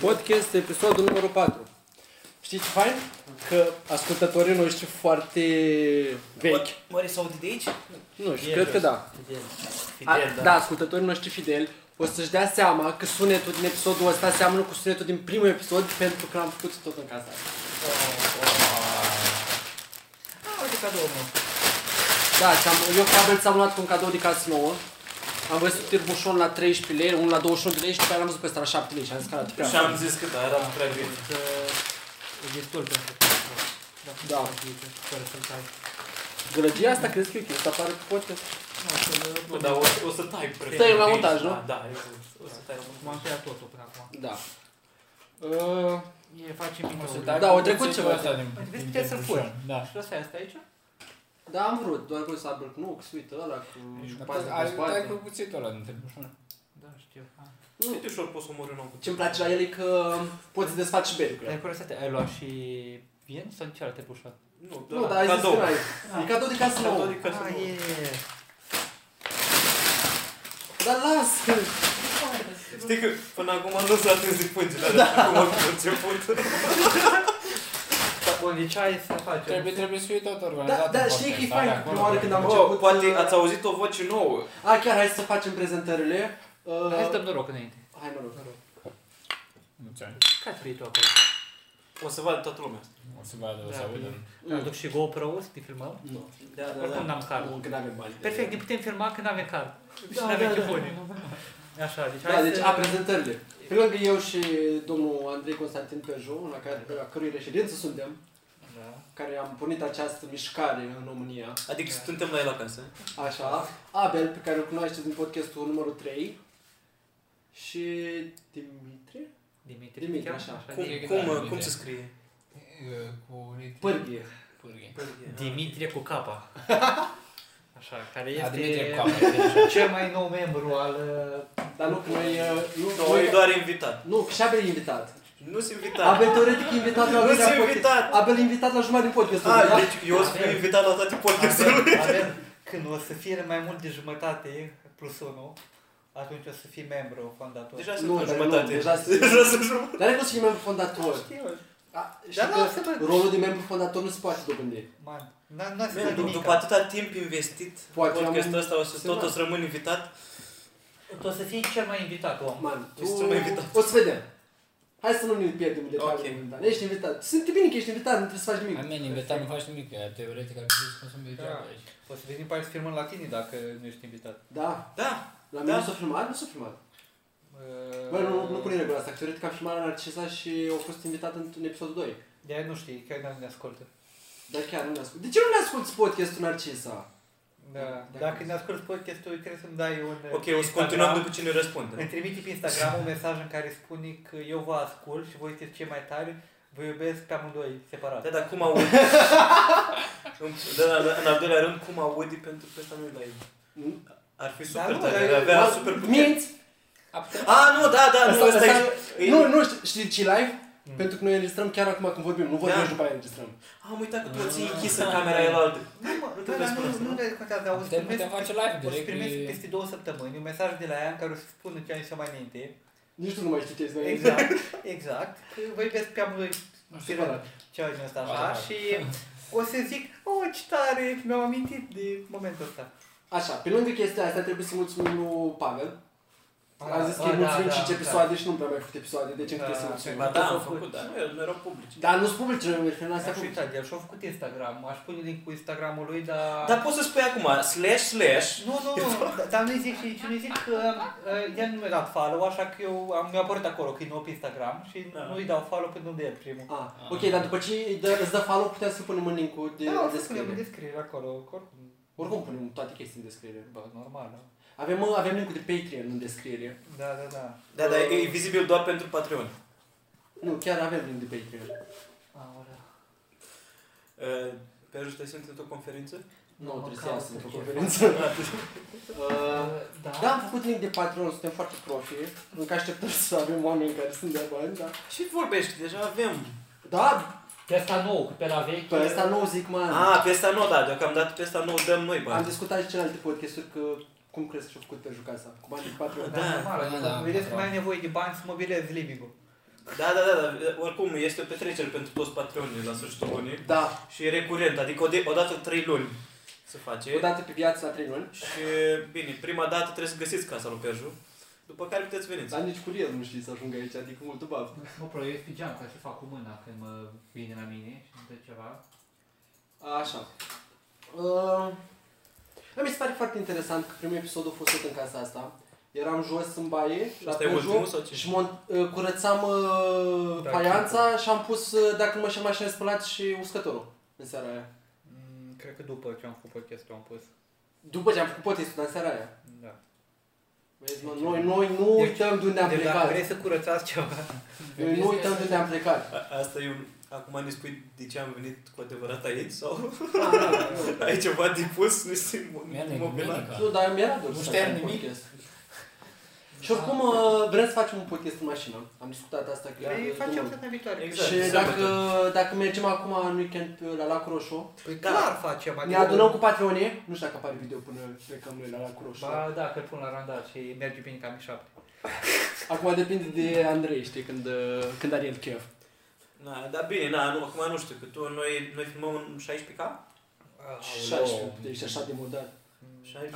podcast, episodul numărul 4. Știi ce fain? Că ascultătorii noștri foarte vechi. Mări s-au audit de aici? Nu știu, cred că da. Fidel. A, Fidel, da, ascultătorii noștri fideli o să-și dea seama că sunetul din episodul ăsta seamănă cu sunetul din primul episod pentru că l-am făcut tot în casa. Da, Ah, uite cadou, mă. Da, ți-am, eu cabel ți-am luat cu un cadou de casă nouă. Am văzut tirbușon la 13 lei, unul la 21 de lei și după aia l-am văzut pe ăsta la 7 lei și am zis că arată prea Și am zis că da, eram prea bine. Că e destul pentru control. Da. Fără să-l tai. Gălăgia asta crezi că e ok, să apară pe podcast? Bă, dar o, o să da. tai perfect. Tăiem la montaj, nu? Da, exact. O să tai la montaj. M-am tăiat totul până acum. Da. Uh, E facem bine. Da, au trecut ceva. Păi vezi, puteai să-l furi. Da. Și ăsta e asta aici? da, am vrut, doar că să abel cu nu, că se uită ăla cu paza cu Ai cu spate. cuțitul ăla dintre bușoane. Da, știu. Ah. Nu. Uite ușor poți să omori un om. Ce-mi place la el e că poți desfaci Dar belurile. e curioasă, ai luat și vien sau cealaltă bușoară? Nu, da, Nu, dar ai zis cadou. că n-ai. Da. E cadou de casă Cadou adică nouă. de casă nouă. Dar las! că- Știi că până acum nu s-a adică atins de pânge, dar Da. acum am început. Bun, deci hai să facem. Trebuie, trebuie să fie tot Da, organizat. da, în știi că e podcast, fain are că acolo. prima oară când am Oh, început... poate uh, ați auzit o voce nouă. A, chiar, hai să facem prezentările. Uh, Hai să dăm noroc înainte. Hai, mă rog. Mulți ani. Care trebuie tu acolo? O să vadă toată lumea. O să vadă, o să Da, audă. Mm. Da, duc și GoPro-ul să ne filmăm? Da, da, Oricum da. n-am card. Nu, că n-avem bani. Perfect, ne putem filma când avem card. Și Da, nu avem da, da. telefoane. Așa, deci Da, hai deci, să... a, prezentările. Pe lângă eu și domnul Andrei Constantin Peugeot, la, care, la cărui reședință suntem, Da. care am pornit această mișcare în România, Adică suntem la el acasă. așa, Abel, pe care îl cunoașteți din podcastul numărul 3, și Dimitrie? Dimitri, Dimitri, chiar? așa. Cum, Adică cum, da, uh, bine. cum se scrie? E, Cu nit- Pârghie. pârghie. Dimitrie cu capa. Așa, care Admitem este cu apă. cel mai nou membru al... uh, Dar nu, că noi... uh, Nu, Sau e noi doar invitat? nu, că și Abel e invitat. Nu sunt invitat. Abel teoretic e invitat la Da. Nu lumea sunt podcast. invitat. Abel e invitat la jumătate din podcastul. A, da? deci eu o să fiu invitat la toate podcasturile. Avem, avem, când o să fie mai mult de jumătate plus 1, atunci o să fii membru fondator. Deja Nu, sunt la dar nu, jumătate. deja Deja sunt. sunt jumătate. Dar nu poți să fii membru fondator. știu, A, știi Da, Dar că lasă-mă. rolul de membru fondator nu se poate dobândi. man, n-a, n-a să Man, fac du- nimic. după atâta timp investit Poate Poate podcastul am- ăsta o să tot Da. o să rămân invitat. O să fii cel mai invitat om. Man, tu... Ești cel mai invitat. O să vedem. Hai să nu ne pierdem de Ok. okay. Ești invitat. Sunt bine că ești invitat, nu trebuie să faci nimic. Am mine, invitat nu faci nimic, că teoretic ar trebui să consumi degeaba aici. O să venim pe aici să filmăm la tine dacă nu ești invitat. Da, Da, la mine Da. nu s-a filmat, nu s-a filmat. Uh, Bă, nu, nu pune regula asta, că teoretic am filmat la Narcisa și au fost invitat în, în episodul 2. de aia nu știi, chiar n ne ascultă. Dar chiar nu ne ascult. De ce nu ne asculti podcastul Narcisa? Da. Da. Dacă ne asculti podcastul, trebuie să-mi dai un... uh, ok, o să Instagram. continuăm după cine răspunde. Îmi trimite pe Instagram un mesaj în care spune că eu vă ascult și voi sunteți cei mai tari, vă iubesc pe amândoi separat. Da, dar cum aud? În- da, da, da, în al doilea rând, cum audi pentru că ăsta nu e la el. Mm? Ar fi Dar super nu, tare, dar ar eu- avea Ba, super putere. Minți! A, nu, da, da, nu, Asta- ăsta asta- e... Nu, e- nu, știi- știi ce live? Păi, Mm. Pentru că noi înregistrăm chiar acum când vorbim, nu vorbim Da. și după aia înregistrăm. Am uitat că tu o ții închisă în camera el altă. Nu, mă, da, trebuie dar să spun nu, asta, nu nu? ne contează, auzi, Putem, primesc, putem face live o să direct. primesc e- peste două săptămâni un mesaj de la ea în care o să spună ce am zis eu mai înainte. Nici tu nu mai știi ce este. Exact, exact. Că Vă iubesc pe amândoi Nu știu. separat. Ceva din ăsta așa Așa. și o să zic, oh, ce tare, mi-am amintit de momentul ăsta. Așa, pe lângă chestia asta trebuie să mulțumim lui Pavel. Am zis că Ah, îi da, mulțumim da, 5 da. episoade și nu prea mai făcut episoade, deci încă Da, Da, trebuie să mulțumim. Ba da, am făcut, dar nu, nu erau publici. Dar nu-s publice, nu merg asta Aș cu uita de el și-a făcut Instagram. Aș pune link cu Instagramul lui, dar... Dar poți să spui acum, slash, slash, Nu, nu, nu, dar- dar nu-i zic și nici nu-i zic că uh, i-am numerat follow, așa că eu am mi-a apărut acolo că e nou pe Instagram și Da. nu-i dau follow până unde e primul. Ah, ok, dar după ce îi dă, îți dă follow, putem să punem în link-ul de Da, o să punem în descriere. descriere acolo, că oricum, Oricum punem toate chestii în descriere. bă, normal, nu? Avem, mă, avem link-ul de Patreon în descriere. Da, da, da. Da, dar e vizibil doar pentru Patreon. Nu, chiar avem link de Patreon. Aolea. Uh, Pe ajuns te simți într-o conferință? Nu, Mă trebuie să caut iasă să într-o fie. conferință. Uh, Da, Da, am făcut link de Patreon, suntem foarte profi, încă așteptăm să avem oameni care sunt de bani, da. Și vorbești, deja avem. Da, Pe asta nou, că pe la vechi... pe asta nu o zic, mă. A, pe asta nu, da, deocamdată pe asta nu o dăm noi Am bani. discutat și celelalte podcasturi că cum crezi că și-a făcut pe jucasa? Cu banii de Patreon? Da. Da, normal, Da, adică, da, vedeți că da. mai ai nevoie de bani să mobilezi living-ul. Da, da, da, da, oricum este o petrecere pentru toți patronii la sfârșitul lunii Da, și e recurent, adică o, de, odată trei luni se face. o dată pe viață la 3 luni. Și bine, prima dată trebuie să găsiți casa lui Perju, după care puteți veniți. Da. Dar nici cu el nu știi să ajungă aici, adică mult baftă. Mă proiect pe geam ca să fac cu mâna când mă vine la mine și îmi dă ceva. Așa. Uh, da, mi se pare foarte interesant că primul episod a fost tot în casa asta. Eram jos în baie, la Asta e ultimul Peugeot, sau ce? și mă, uh, curățam uh, Da, faianța și am pus, uh, dacă nu mă șel mașina de spălat, și uscătorul în seara aia. Mm, cred că după ce am făcut podcastul am pus. După ce am făcut potestul, dar în seara aia. Da. Vezi, mă, noi, noi nu Deci- uităm de unde am Deci dacă plecat. vrei să curățați ceva, Noi nu uităm de unde am plecat. A, asta e un... Acum ne spui de ce am venit cu adevărat aici sau Ah, ai ceva de pus, nu știu, Merg mobilat. Nu, dar mi-era dor da. Nu să știam fac un nimic. podcast. Și oricum uh, vrem să facem un podcast în mașină. Am discutat asta clar. le uh, păi facem domnul. data viitoare. Exact. Și sâmbătă. dacă, dacă mergem acum în weekend pe- la Lac Roșu, Păi Da. clar facem. ne adică- adunăm cu patronii, nu știu dacă apare video până plecăm noi la Lac Roșu. Ba da, că pun la randal și merge bine cam șapte. Acum depinde de Andrei, știi, când, uh, când are el chef. Na, dar bine, na, nu, acum nu știu, că tu, noi, noi filmăm în 16K? Și așa, ești așa de modat.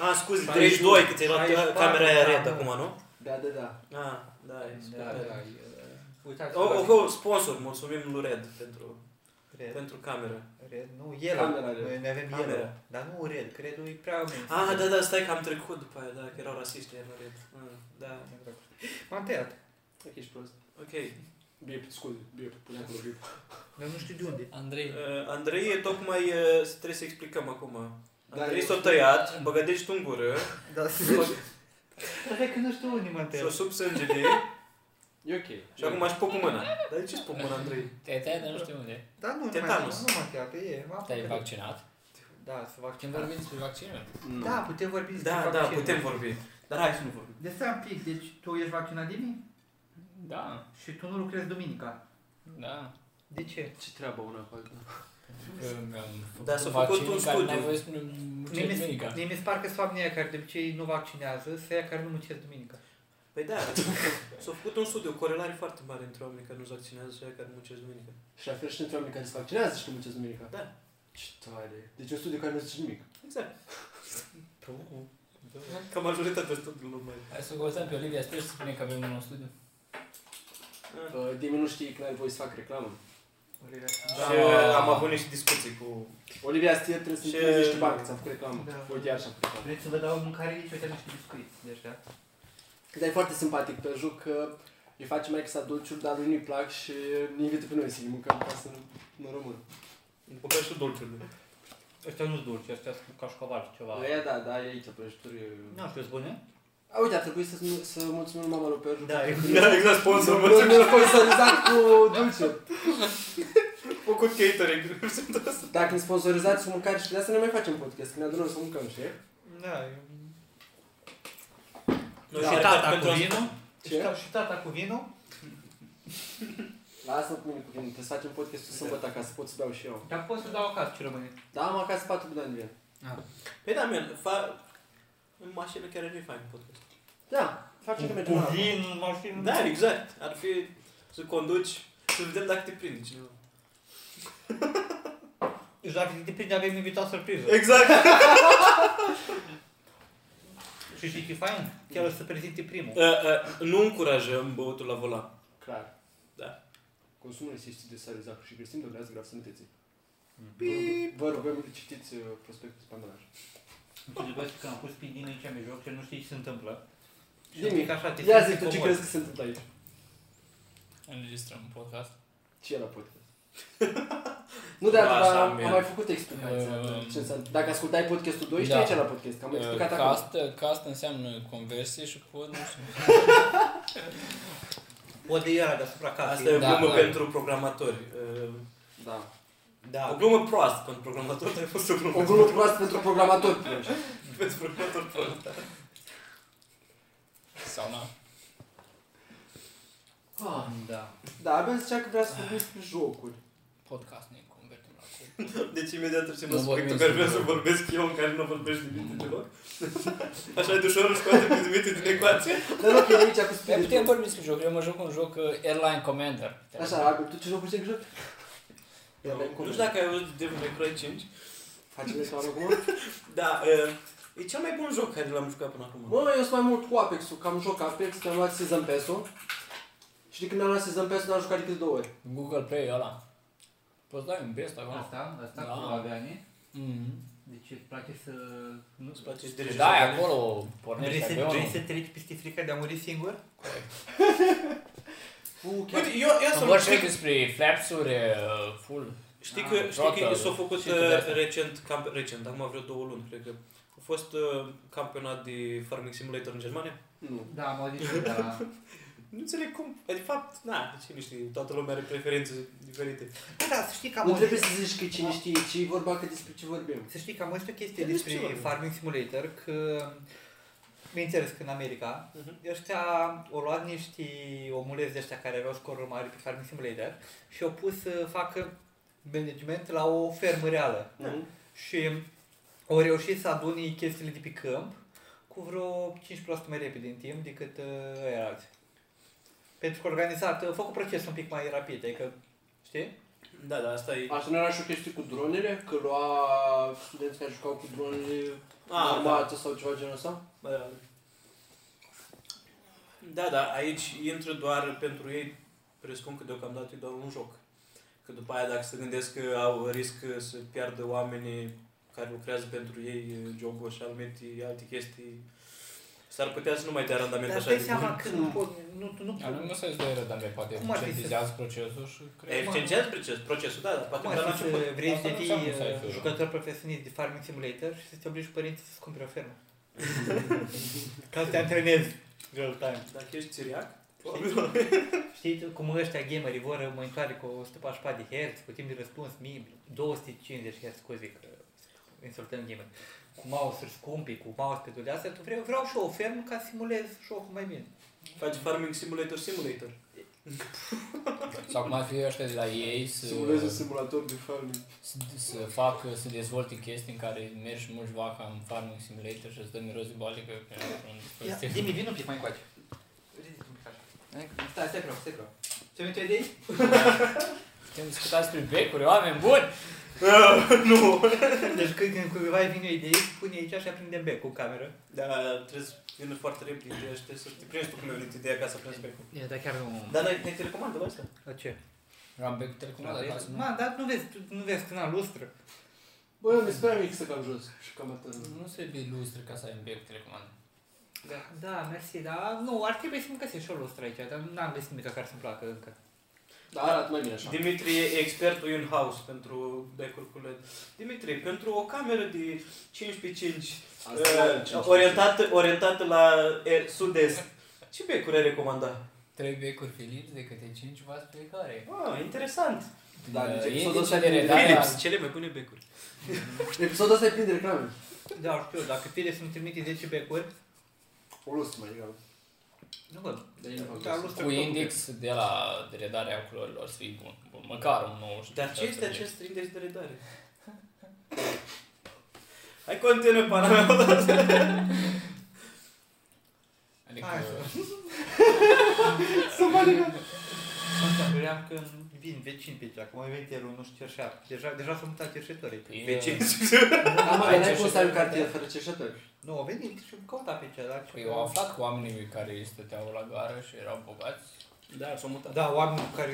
Ah, scuze, 16, 32, că ți-ai luat 64, camera aia red da, acum, nu? Da, da, da. Ah, da, e Da, super. da. e, Uitați. O, o, o, sponsor, mulțumim lui Red pentru, Red, pentru cameră. red, nu, el. Camera Noi red. noi avem Camera. el. Dar nu red, credul e prea mult. Ah, da, da, stai că am trecut după aia, da, că erau rasiste, era Red. Ah, da, M-am tăiat. Ok, ești prost. ok. Bip, scuze, bip, pune acolo bip. Dar nu știu de unde. Andrei, Uh, Andrei e tocmai, uh, trebuie să explicăm acum. Da, Andrei eu s-a tăiat, băgădești tu în gură, Dar Dar că nu știu unde m-am și-o tăiat. sub sângele E ok. și acum își pup cu mâna. Dar de ce îți pup mâna, Andrei? te-ai tăiat, dar nu știu unde. Dar nu, nu mai Tetanus. nu m-am tăiat, e, m-am Te-ai făcut. vaccinat. Da, să fac Când ceva. vorbim despre vaccinul? Nu. Da, putem vorbi despre Da, da, vaccinuri. putem vorbi. Dar hai să nu vorbim. De stai un pic, deci tu ești vaccinat Dimi? Da, Și tu nu lucrezi duminica. da. De ce? Ce treabă una cu alta? Da, s-a făcut un N-am studiu. voie să nu Mie muncesc mi duminica. mie mi se par că sunt oamenii aia care de obicei nu vaccinează, sunt aia care nu muncesc duminica. Păi da, s-a făcut un studiu, corelare foarte mare între oamenii care nu-ți vaccinează și aia care muncesc duminică. Și la fel și între oameni care se vaccinează și nu muncesc duminica. Da. Ce tare. Deci un studiu care nu zice nimic. Exact. Ca majoritatea studiului lumea. Hai să găsăm pe Olivia Stres să spune că avem un nou studiu. Uh, Dimi nu știe că n-are voie să fac reclamă. Și uh, Da. am avut niște discuții cu... Olivia Stier trebuie să-mi Ce- trimiți niște bani, că ți-am făcut reclamă. Da. Uite, așa am făcut reclamă. Vreți să vă dau mâncare aici, uite niște biscuiți deja. Dar e foarte simpatic pe joc că îi face mai sa dulciuri, dar lui nu-i plac și ne invită pe noi să le mâncăm ca să nu rămână. După care și dolciurile. Ăștia nu-s dulci, ăștia sunt cu cașcaval ceva. Wow. Aia da, da, e aici prăjituri. Nu știu, sunt bune? A, uite, a trebuit să, să mulțumim mama lui Perju. Da, e- Da, exact, sponsor, mă Mi-a sponsorizat cu dulciuri. Făcut catering. Dacă ne sponsorizați cu mâncare și de asta ne mai facem podcast, că ne adunăm să mâncăm, știi? Da, e- Noi și și tata cu pentru- vinul. Ce? Și ta- Deci Și tata cu vinul. Lasă-mă cu mine cu vinul, trebuie să facem podcastul sâmbătă ca să pot să beau și eu. Dar pot să dau acasă ce rămâne. Da, am acasă patru bani de vin. Păi da, men, fa... În mașină chiar nu-i fain podcast. Da, facem că mergem la apă. în mașină. Da, exact. Ar fi să conduci, să vedem dacă te prinde cineva. Deci dacă te prinde avem invitat surpriză. Exact. Și știi ce e fain? Chiar o să prezinte primul. Uh, nu încurajăm băutul la volan. Clar. Da. Consumul este de sare zahăr și grăsimi dovrează grav sănătății. Mm. Bip. Vă rugăm că citiți uh, prospectul pe ambalaj. Înțelegi, bă, că am pus pe din aici în mijloc și nu știi ce se întâmplă. Și un Nimic. pic așa te Ia simți zi tu ce comod. crezi că se întâmplă aici. Înregistrăm un podcast. Ce era podcast? nu de atât, Așa, Ehm, dar am bine. mai făcut explicația. uh, Um, ce înseamnă. Dacă ascultai podcastul 2, știi da. ce era podcast, că Ehm, am explicat acum. Cast, cast înseamnă conversie și pod, nu știu. O de era deasupra casei. Asta e o Da, glumă da. pentru programatori. Uh, Da. O Da. glumă proastă pentru programator, dar a fost o glumă. O glumă proastă pentru programator. primești. pentru programator proastă. Sau na. Ah, Da. Da, abia zicea că vrea să vorbim despre jocuri. Podcast ne convertim la copii. Deci imediat trecem la Nu subiectul vorbim care vreau să despre- vorbesc eu, în care nu vorbești nimic deloc. Așa de ușor își scoate Cosmite din ecuație. Dar ok, aici cu Dar păi putem spiritul. vorbi despre joc. Eu mă joc un joc uh, Airline Commander. Așa, Ragu, tu ce jocuri ce joci? Ia, dai Nu cum. știu dacă ai văzut Devil May Cry 5. Facem reclamă acum? Da, eh, e cel mai bun joc care l-am jucat până acum. Bă, eu sunt mai mult cu Apex-ul, că am joc Apex, că am luat Season Pass-ul. Și de când am luat Season Pass-ul n-am jucat decât de două ori. Google Play ăla. Poți dai un best acolo. Asta, asta Da. cu Aveane. Mhm. Deci îți place să... Îți place Deci regizorul? dai acolo, pornești avionul. treci peste frica de a muri singur? Uh, chiar. Uite, eu, eu să vă Vorbești zic, despre flapsuri uh, full. știi Ah, că, știi că rotă, s-a făcut și tu de eh, asta. recent, cam, recent, acum vreo două luni, cred că, a fost eh, campionat de Farming Simulator în Germania. Nu. Da, am auzit și da. Nu înțeleg cum, de fapt, na, cine știe, toată lumea are preferințe diferite. Da, da, să știi că am Nu trebuie auzit, să zici că cine știe ce e vorba, că despre ce vorbim. Să știi că am auzit o chestie Dar despre despre ce vorbim? Farming Simulator, că bineînțeles că în America, Mhm. uh-huh. ăștia au luat niște omuleți de ăștia care aveau scoruri mari pe Farming Simulator și au pus să facă management la o fermă reală. Da. Nu? Și au reușit să adune chestiile de pe câmp cu vreo 15% mai repede în timp decât uh, ăia alții. Pentru că organizat, uh, făcut procesul un pic mai rapid, adică, știi? Da, da, asta e... Așa nu era și o chestie cu dronele? Că lua studenți care jucau cu dronele Ah, da. armată sau ceva genul ăsta? Bă, Da, da, aici intră doar pentru ei, presupun că deocamdată e doar un joc. Că după aia dacă se gândesc că au risc să piardă oamenii care lucrează pentru ei jobul și anumite alte chestii, s-ar putea să nu mai dea randament Dar așa dai de bun. seama că nu pot, nu, nu, Da, Dar nu nu, nu se doi redambe, poate Cum ar fi să- eficientizează procesul și cred. Eficientează proces, procesul, da, dar poate Cum ar doar la fi început. să vrei Asta să nu fii înseamnă să ai uh, fermă. jucător profesionist de Farming Simulator și să te obligi părinții să-ți cumpere o fermă? Ca să te antrenezi real time. Dacă ești țiriac, Știi tu cum ăștia gamerii vor monitoare cu 144 de Hz, cu timp de răspuns 1000, 250 Hz, scuze că insultăm gameri. Cu mouse-uri scumpe, cu mouse pe astea, tu vreau, vreau și eu o fermă ca să simulez jocul mai bine. faci Farming Simulator Simulator. Sau cum ar fi ăștia de la ei să, Simulez un simulator de farming. să, să facă, să dezvolte chestii în care mergi mulți vaca în farming simulator și îți dă miros de bale că că e un Ia, dispozitiv. Dimi, vin un pic mai încoace. Ridică un pic așa. Stai, stai, vreau, stai, vreau. Ce mi-ai de aici? Putem discuta despre becuri, oameni buni! nu! Deci când, când cuiva îi vine o idee, pune aici și aprindem bec cu cameră. Da, trebuie să vină foarte repede ideea și trebuie să te prinzi tu cum e venit ideea ca să prinzi becul. E, dar da, chiar nu... Dar n-ai, n-ai telecomandă la asta? Da. La ce? Am becul telecomandat acasă, nu? Ma, dar da, nu vezi, tu- nu vezi când am lustră. Bă, eu mi se pare mic să cam jos și cam atât. Nu trebuie lustră ca să ai un bec telecomandat. Da, mersi, dar nu, ar trebui să-mi găsesc și o lustră aici, dar n-am găsit nimic care să-mi placă încă. Dar arată mai bine așa. Dimitri e expertul in-house pentru becuri cu LED. Dimitri, pentru o cameră de 5 pe 5, ă, Asta orientată, orientată la e, sud-est, ce becuri ai recomanda? Trei becuri Philips de câte 5 v fiecare. Ah, interesant! Da, Uh, deci episodul indice ăsta de e redare Philips. al- Philips, cele mai bune becuri. Episodul ăsta e plin de reclame. Da, știu, dacă Fide să-mi trimite 10 becuri, O lustră mai degrabă. nu văd. Dar eu nu Dar fac lustră Cu tot index de la de redarea culorilor să fii bun. bun. Măcar un 90. Dar ce este acest index de redare? Hai continuă, pana mea! Adică... Hai să- Asta vreau că vin vecini pe aici, acum e veterul, nu știu ce așa. Deja, deja sunt mutat cerșetorii. e- Vecini. Da, mă, dar Ai n-ai cum să ai un cerșetori. cartier fără cerșetori. Nu, au venit și am căutat pe aici, dar... Păi eu am aflat cu oamenii care stăteau la gară și erau bogați. Da, s-au mutat. Da, oameni care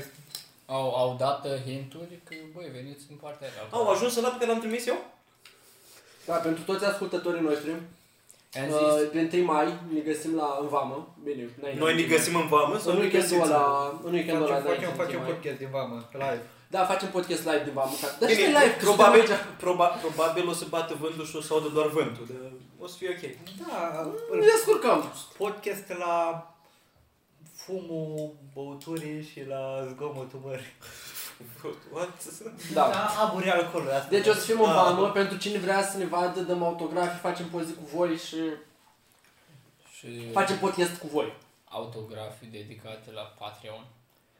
Au, au dat uh, hinturi că, băi, veniți în partea aia. Au ajuns să la pe l-am trimis eu? Da, pentru toți ascultătorii noștri, Am uh, zis, pe 1 mai ne găsim la în vamă. Bine, n-ai Noi ne găsim în vamă sau în nu ne weekendul găsim? ăla, în weekendul ăla, facem, da, facem, în facem mai. podcast din vamă, live. Da, facem podcast live din vamă. ca- Dar Bine, și live, probabil, proba, probabil o să bată vântul și o să audă doar vântul, dar o să fie ok. Da, Ne descurcăm. podcast la fumul băuturii și la zgomotul mării. What? Da. aburi alcoolul asta. Deci o să fim în Da. vamă, pentru cine vrea să ne vadă, dăm autografe, facem poze cu voi și și facem podcast cu voi. autografii dedicate la Patreon.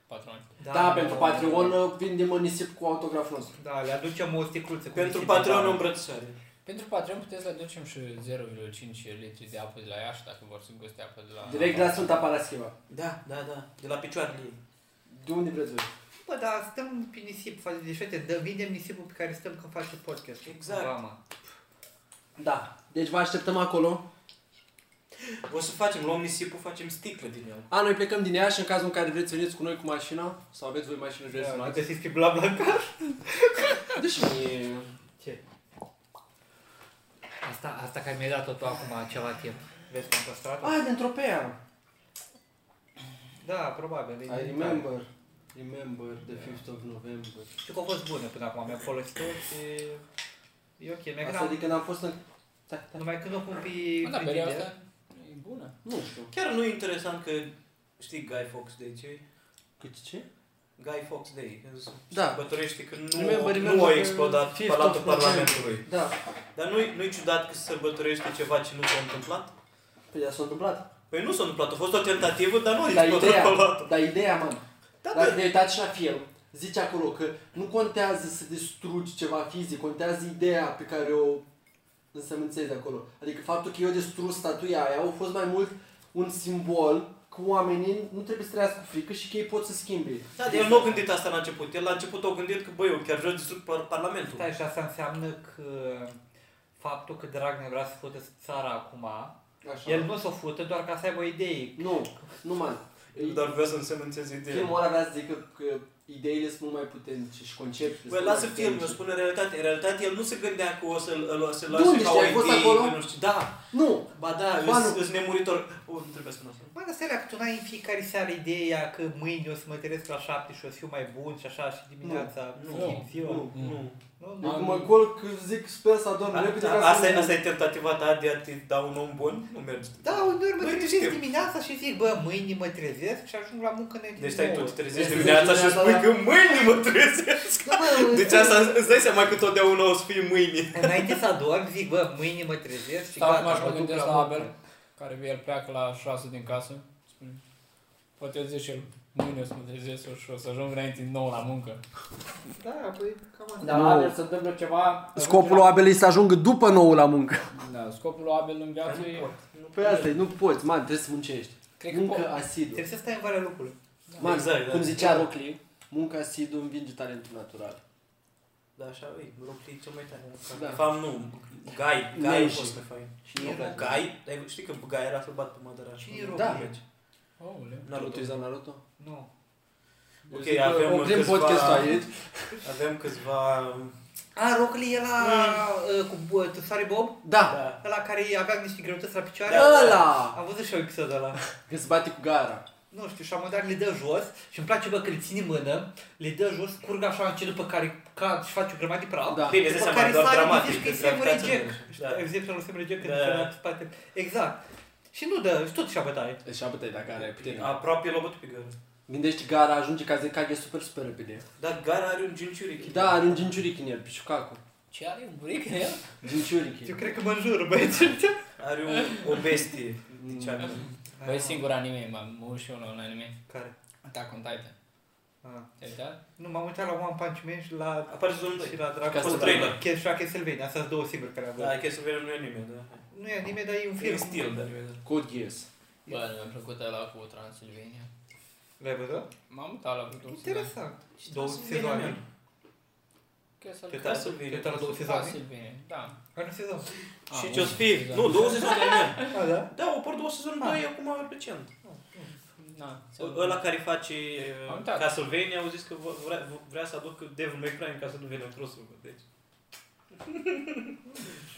Patreon. Da, pentru Patreon uh, vindem un nisip cu autograful nostru. Da, le aducem o sticluță cu Pentru nisip Patreon în îmbrățișare. Pentru Patreon puteți să aducem și 0,5 litri de apă de la Iași, dacă vor să guste apă de la... Direct de la Sfânta Paraschiva. Da, da, da. De la picioarele ei. De unde vreți voi? Bă, dar stăm pe nisip, față de fete, dă, vindem nisipul pe care stăm când face podcast. Exact. Cumva, mă. Da. Deci vă așteptăm acolo. O să facem, luăm nisipul, facem sticlă din el. A, noi plecăm din Iași în cazul în care vreți să veniți cu noi cu mașina sau aveți voi mașină și vreți să Da, luați. Găsiți pe BlaBlaCar. Deci mie... Ce? Asta, asta care mi-ai dat-o tu acum ceva timp. Vezi cum păstrat A, din Ah, tropea. Da, probabil. e I din remember. Remember the 5th of November. Știu că a fost bună până acum, mi-am folosit-o și e ok, mi-a Asta grat. adică n-am fost în... Da, da. Numai când o pun pe Bă, da, pe peria video, asta e bună. Nu știu. Chiar nu e interesant că știi Guy Fox Day ce Cât ce? Guy Fox Day, când se Da. sărbătorește că nu, Remember, remember nu a the explodat 5th Palatul of November. Parlamentului. Da. Dar nu-i, nu-i ciudat că se sărbătorește ceva ce nu s-a întâmplat? Păi dar s-a întâmplat. Păi nu s-a întâmplat, a fost o tentativă, dar nu a Dar explodat ideea, Palatul. dar ideea, mă. Da, Dacă da. te uitați și la film, zice acolo că nu contează să distrugi ceva fizic, contează ideea pe care o însemânțezi acolo. Adică faptul că eu distrus statuia aia a fost mai mult un simbol că oamenii nu trebuie să trăiască cu frică și că ei pot să schimbe. Da, dar el nu a gândit asta la început. El la început a gândit că, băi, eu chiar vreau să distrug par- Parlamentul. Da. Stai, și asta înseamnă că faptul că Dragnea vrea să fută țara acum, Așa. el nu s-o fută doar ca să aibă idei. Nu, nu man. El doar vrea să însemânțeze ideea. Filmul ăla vrea să zică că ideile sunt mult mai puternice și conceptele Băi, sunt mai lasă filmul, puternice. spune realitatea. În realitate, el nu se gândea că o să-l îl- o să-l De lase unde ca știi? o Ai fost idee, acolo? că nu știu. Da, Nu! ba da, Ba nu. îs nemuritor. O, nu trebuie să spun asta. Mă, dar seria că tu n-ai în fiecare seară ideea că mâine o să mă trezesc la șapte și o să fiu mai bun și așa și dimineața Nu, să nu, schimb ziua. nu. Nu. Da. Nu, Eu nu. cum mă culc, zic, sper să adorm Mm. repede ca să Asta e, nu- asta e tentativa ta de a te da un om bun? Nu merge. Da, uneori mă Noi trezesc știm. dimineața și zic, bă, mâine mă trezesc și ajung la muncă înainte Deci de stai tu, nouă. te trezești Este dimineața și dimineața, spui da. că mâine mă trezesc. Da, bă, Deci asta îți dai seama că totdeauna o să fie mâine. Înainte să adorm, zic, bă, mâine mă trezesc și Stau acum gata, și mă mă duc gândesc la la muncă. Abel, care el pleacă la 6 din casă. Spune, poate eu zic și el, mâine o să mă trezesc și o să ajung înainte din nou la muncă. Da, păi, cam asta. Dar Nu. la Abel se întâmplă ceva... Scopul lui Abel e să ajungă după nouă la muncă. Da, scopul lui Abel în viață Nu e... pot. Păi asta e, nu poți, man, trebuie să muncești. Cred că muncă pot. asidu. Trebuie să stai în varea lucrurilor. Man, Exact, da. cum zicea Rocli, munca asidu învinge talentul natural. Da, așa e, Brocli e cel mai tare. Da. De fapt, nu. Gai, Ne-ai Gai a ieșit. fost mai fain. Și nu Era- pleacă. Gai? Dar știi că Gai era să bat pe Madara. Cine e Rocky? Da. Aoleu. Nu Naruto. tu la Naruto? Nu. Ok, Deci, avem oprim câțiva- podcastul aici. Avem câțiva... A, Rockley e la... uh, cu uh, Tusare Bob? Da! Da. Ăla care avea niște greutăți la picioare? Ăla! Am văzut și eu episodul ăla. Că se bate cu gara. Nu știu, și la un moment dat le dă jos și îmi place, bă, că le ține în mână, le dă jos, curg așa încet, după care cad și face o grămadă de praf. Da. Bine, îți dai După seama, care doar sare și dramatic. zici că e că Samurai dreptatea Jack. nu-i. Da. Da. Exemplul lui Samurai Jack când Da. da. spate. Exact. Și nu dă, și tot și-a bătaie. Deci a bătăi dacă are putere. Aproape da. l-a bătut pe Gara. Gândești gara ajunge ca Zekage super super repede. Dar Gara are un ginciurichi. Da, are un Jinchuriki în el, Pichukaku. Ce are un buric în el? Eu Jinchuriki. cred că mă înjură, băieți. Are un, o bestie. De ce are? Mm. Da. Băi, Păi, singur anime, m-am mă uit și eu la un anime. Care? Attack on Titan. Ah. Te-ai uitat? Nu, m-am uitat la One Punch Man și la... Apare sezonul Și 2. la Dragon Ca să Ball trailer. Ch- Și la Castlevania, astea sunt două sigur care am văzut. Da, Castlevania nu e anime, da. Nu e anime, dar e un E film. în stil de anime, da. Code Geass. Bă, nu mi-a plăcut ăla cu Transilvania. L-ai văzut? M-am uitat la vreo Interesant. Și Două sezoane. Castle- Te Ca tați să te vină. tați la două sezoane? Transilvania, da. Care sezon? Și Ah, ce o un să fie? sezon. Nu, două sezoane anime. A, da? Da, au apărut două sezoane Ah. doi acum recent. Na, O- Ă, Ăla care face Am uh, uitat. Castlevania au zis că vă- vrea, vrea să aducă Devil May Cry ca să nu vină crossover. Deci.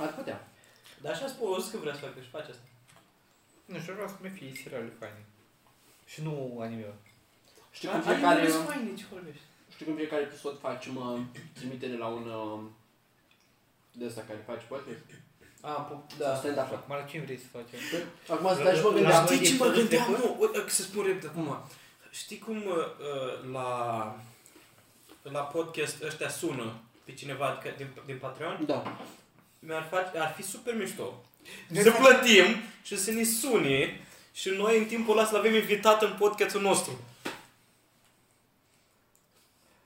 Ar putea. Dar așa spun, au zis că vrea să facă și face asta. Nu știu, vreau să mai fie serialul faine. Și nu anime Știi cum Animele fiecare... sunt faine, ce vorbești? Știu că în fiecare episod facem uh, trimitere la un uh, de ăsta care face poate? A, Da. Stand up. Mă, la cine vrei să facem? Păi, Acum stai și mă Da, gândeam. Știi ce mă Episodul gândeam? trecut? Nu, uite, că se spun repede acum. Știi cum uh, uh, la, la podcast ăștia sună pe cineva că- din, din Patreon? Da. Mi-ar face, ar fi super mișto. Ne Să fac- plătim și să ne sune și noi în timpul ăla să-l avem invitat în podcastul nostru.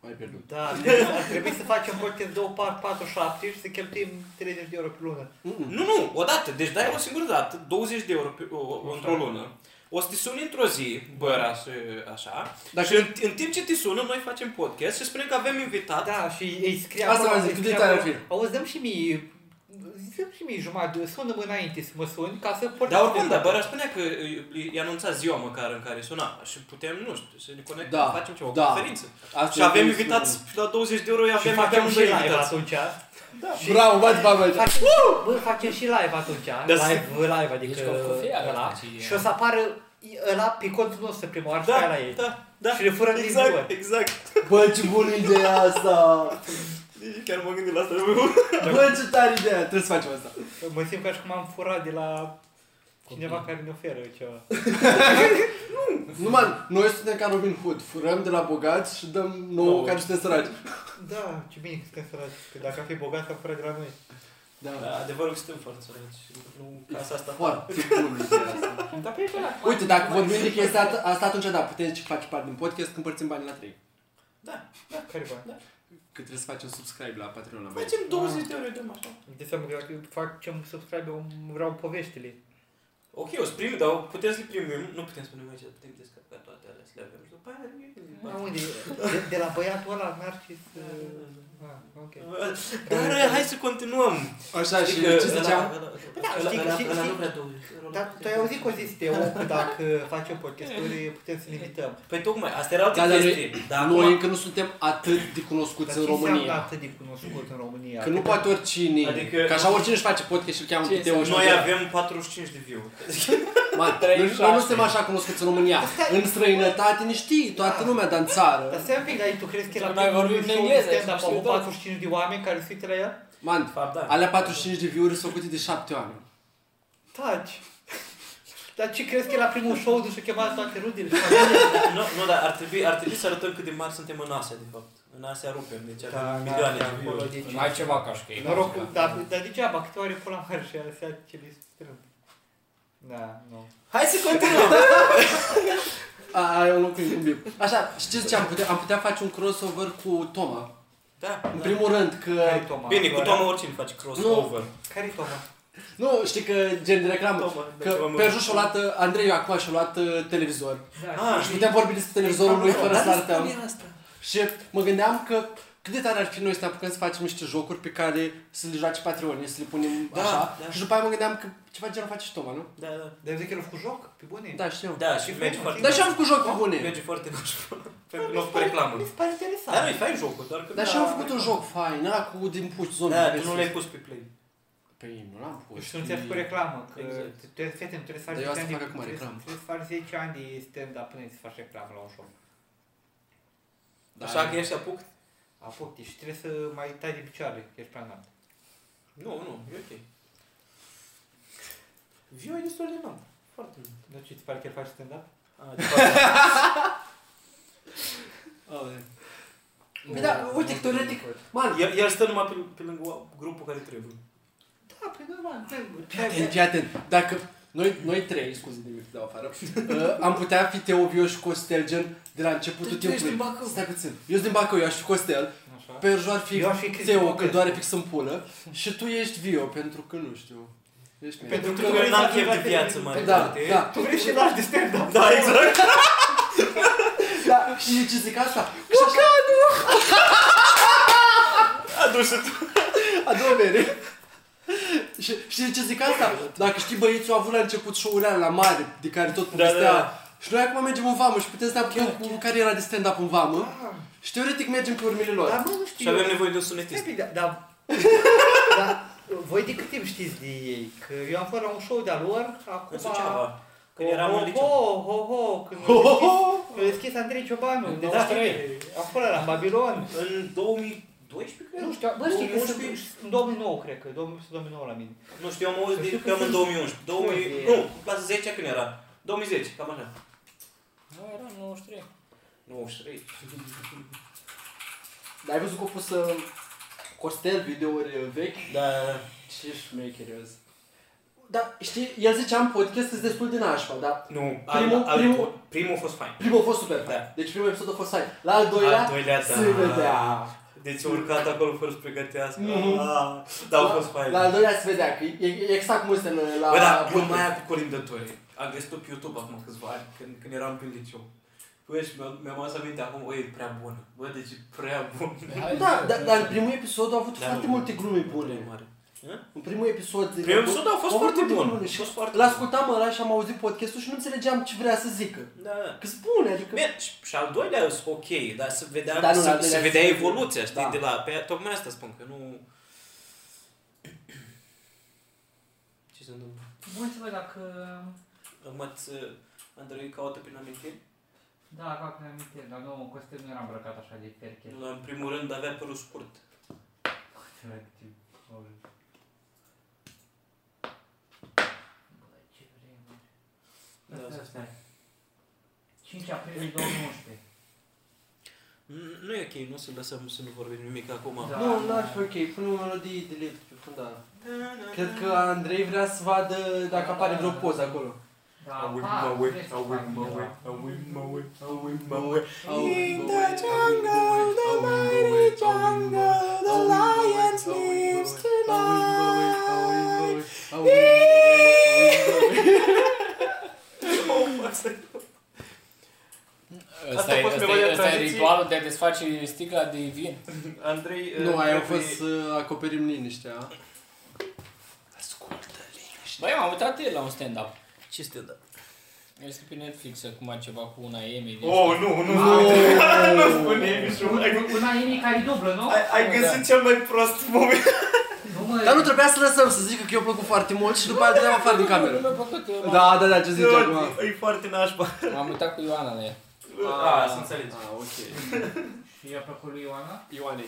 ai pierdut. Da, deci ar trebui să facem podcast 2 part 4, 7 și să cheltuim 30 de euro pe lună. Nu, nu, o dată. Deci dai o singură dată, 20 de euro pe, o, o, într-o lună. O să te suni într-o zi, bă, așa, așa. Dacă- și în, în, timp ce te sună, noi facem podcast și spunem că avem invitat. Da, și ei scrie Asta acolo, v-am zis, îi cât scrie de tare ar acolo, fi. Auzi, dăm și mie Dăm și mie jumătate, de- sună-mă înainte să mă sun ca să pornesc. Dar oricum, dar Băra spunea că uh, i anunța ziua măcar în care suna și putem, nu știu, să ne conectăm, Da, facem ceva, da. o conferință. Asta Și e avem un studiu. invitați la 20 de euro, și avem facem avem și doi live invitați. atunci. Și- Bravo, bați bani aici. Facem, bă, facem și live atunci, Da, live, live, adică Ești cu cofie, ăla, atunci e- și o să apară ăla pe contul nostru prima oară Da, da, la ei. da, da. Și le fură din ziua. Exact, exact. Bă, ce bună ideea asta! Deci Chiar mă gândesc la asta. Bă, ce tare ideea! Trebuie să facem asta. Mă simt ca și cum am furat de la cineva care ne oferă ceva. Numai, noi suntem ca Robin Hood, furăm de la bogați și dăm nouă no. Nouă. care suntem săraci. Da, ce bine că suntem săraci, că dacă am fi bogat, am furat de la noi. Da, Da, adevăr că suntem foarte săraci. Nu, E ca asta asta. Foarte bună ideea asta. Dar pe ăla. Uite, dacă vorbim de chestia asta, asta atunci da, puteți și face parte din podcast când împărțim banii la 3. Da, care bani? Că trebuie să facem subscribe la Patreon la băieți. Facem 20 de euro, dăm așa. De seama că dacă fac ce subscribe, îmi vreau poveștile. Ok, o să primim, dar putem să le primim. Nu putem spune mai ce, putem descărca toate alea, să le avem. Și după aia... Da, unde? De, de la băiatul ăla, Narcis... Da, uh, Ah, ok. Dar hai să continuăm. Așa, da, și ce ziceam? Păi da, Dar Da, tu ai auzit cum zis Teo, că dacă facem podcasturi, putem să ne invităm. Păi tocmai, asta era altă Da, dar noi- chestie. Dar Noi acum, încă nu suntem atât de cunoscuți Dar în ce înseamnă România. atât de cunoscut în România? Că nu poate oricine. Adică... Adică- Că așa oricine își face podcast și îl cheamă Ce pe Teo și noi pe- avem 45 de view. Deci, Man, noi, noi nu suntem așa cunoscuți în România. În străinătate ne știi toată lumea, dar în țară. Dar stai un pic, dar tu crezi că Că la noi vorbim primul în show de engleză, stand-up și au știu 45 de oameni care se uită la el? Man, Fapt, da. alea 45 de view-uri sunt făcute de 7 oameni. Taci! Dar ce crezi că la primul show nu și-o chemat toate rudele? Nu, nu, dar ar trebui, ar trebui să arătăm cât de mari suntem în Asia, de fapt. În Asia rupem, Da, deci avem milioane de acolo, view. deci- Mai ceva ca Da. și că e. Norocul, dar, dar degeaba, câte ori pula mare și aia se ce li strâng. Da, nu. Hai să continuăm! A, Ai un lucru în bip. Așa, și ce ziceam, putea, am putea face un crossover cu Toma. Da, În da. primul rând că... Care-i Toma? Bine, cu Florea? Toma oricine faci crossover. Care-i Toma? Nu, știi că gen de reclamă. Toma, Că dacă mă- Perju și-a luat, uh, Andrei acum și-a luat uh, televizor. Ah, da, Și putem vorbi despre televizorul lui fără Dar să nu arătăm. spune asta. Și mă gândeam că cât de tare ar fi noi să ne apucăm să facem niște jocuri pe care să le joace Patreonii, să le punem Da, așa. da. Și după aia mă gândeam că ceva genul face și Toma, nu? Da, da. Dar eu zic că l-a făcut joc, pe bune? Da, știu. Da, și Da? Deci, merge foarte Dar și am făcut joc pe bune. Merge foarte nașpa. Mi Pentru se nu cu pare- reclamă. Mi se pare Dar nu, e interesant. fain jocul, doar că... Dar și am făcut un joc fain, ăla cu din puști zombie. Da, pe tu nu sus. l-ai pus pe play. Păi nu l-am pus. Și nu ți-a făcut reclamă, că Exact. tu- tu- fete, nu trebuie să faci Dar eu 10 asta ani de- fac acum, trebuie- reclamă. Trebuie să faci 10 ani de stand-up până să faci reclamă la un joc. Da. Așa că ești apuc? Apucte și deci trebuie să mai tai de picioare, că ești prea înalt. Nu, nu, e ok. Viu e destul de înalt. Foarte înalt. Nu ce ți pare că el face stand-up? A, de fapt, Păi da, uite că teoretic, man, el, el stă numai pe, pe lângă grupul care trebuie. Da, pe normal, trebuie. fii atent, fii atent. Dacă noi, noi trei, scuze de mic, dau afară, uh, am putea fi Teo, Vio și Costel, gen, de la începutul Tu ești din timpului. Bacău. Stai puțin. Eu sunt din Bacău, eu aș fi Costel, Așa. Perju ar fi Păi Eu aș fi Cristi Teo, că Popescu. doare fix în pulă, și tu ești Vio, pentru că nu știu. Ești mie. Pentru Pentru că exact că vrei să n-am chef ajungi la de viață mai Da, departe. da, Tu vrei și lași de stand-up. Da, exact. da, și ce zic asta? Că și așa, Adus tu. a doua bere. Și știi ce zic asta? Dacă știi băieții au avut la început show-urile alea la mare, de care tot povestea. da, da. Și noi acum mergem în vamă și putem să ne apucăm cu cariera de stand-up în vamă. Și teoretic mergem pe urmele lor. Dar mă, nu știu. Și avem eu. nevoie de un sunetist. Stai, da, da. da. Voi de cât timp știți de ei? Că eu am fost la un show de-a lor, acum... În Suceava. Când Ho, eram ho, în liceu. Ho, ho, ho, când Ho, ho, ho! a deschis Andrei Ciobanu. În de 93. data- Acolo, la Babilon. În 2012, cred? Nu știu, bă, știi, că 2011? sunt- în 2009, cred că, 2009 la mine. Nu știu, eu am Să auzit știu de că cam în sunt- 2011. 2000, Ui, nu, în clasa 10 când era? 2010, cam așa. Nu, era în 93. 93. Dar ai văzut că au pus uh, Costel videouri uh, vechi? Da, Ce șmecherios. Dar Da, știi, el zicea în podcast că destul de nașpa, dar Nu, Primul- al, al, primul- primul a fost fain. primul a fost super Da. fain. Deci primul episod a fost fain. La al doilea, Al doilea, se da. vedea. Deci a urcat acolo fără să pregătească. Mhm. Ah, Dar a fost fain. La al doilea se vedea că e, e exact cum este în, la... Bă, da, Bun, gluma aia cu colindătorii. Am găsit-o pe YouTube acum câțiva ani, când, când eram prin liceu. Bă, și mi-am, mi-am adus aminte acum, bă, e prea bună. Bă, deci e prea bună. Da, dar, dar în primul episod au avut Da, foarte nu. multe glume bune. Mare. În primul episod... Primul episod a fost Au avut foarte multe bun. glumuri A și fost foarte bun. L-ascultam ăla și am auzit podcastul și nu înțelegeam ce vrea să zică. Da, da. Că spune, adică... Bine, și, și al doilea e ok, dar se vedea, Da, nu, al se, doilea se vedea sunt- evoluția, știi, da. de la... Pe, tocmai asta spun, că nu... Ce se întâmplă? Mă înțeleg dacă... Acum ți, Andrei caută prin amintiri? Da, fac mi aminte, dar nu, Costel nu era îmbrăcat așa de perche. La, în primul rând avea părul scurt. Da, asta Da, 5 aprilie 2011. N- Nu e ok, nu să lăsăm să nu vorbim nimic acum. Da. Nu, n-ar fi ok. Pune o melodie de lift pe fundal. Da. Cred că Andrei vrea să vadă dacă apare vreo poză acolo. Da, I win pa, my way, vezi, I win my da. way, I win my way, I win my way. In the jungle, the mighty jungle, the lion sleeps tonight. Asta e, a fost asta nevoia e, asta e tradiției. ritualul de a desface sticla de vin. Andrei... Nu, uh, aia a trebuie- fost să acoperim liniștea. Băi, m-am uitat ieri la un stand-up. Ce este da? Este pe Netflix acum ceva cu una Emi. uh, din Oh, nu, nu, Nu. nu, nu spune Un- mișul. Una e care dublă, nu? Ai, ai găsit cel mai prost moment. Nu mă... Dar nu trebuia să lăsăm să zic că eu plăcut foarte mult și după aia dădeam afară din Nu cameră. mi-a plăcut, eu m-am- Da, da, da, ce zici acum? Nu, E foarte nașpa. M-am uitat cu Ioana la ea. A, să înțelegi. Ah, ok. Și i-a plăcut lui Ioana? Ioane.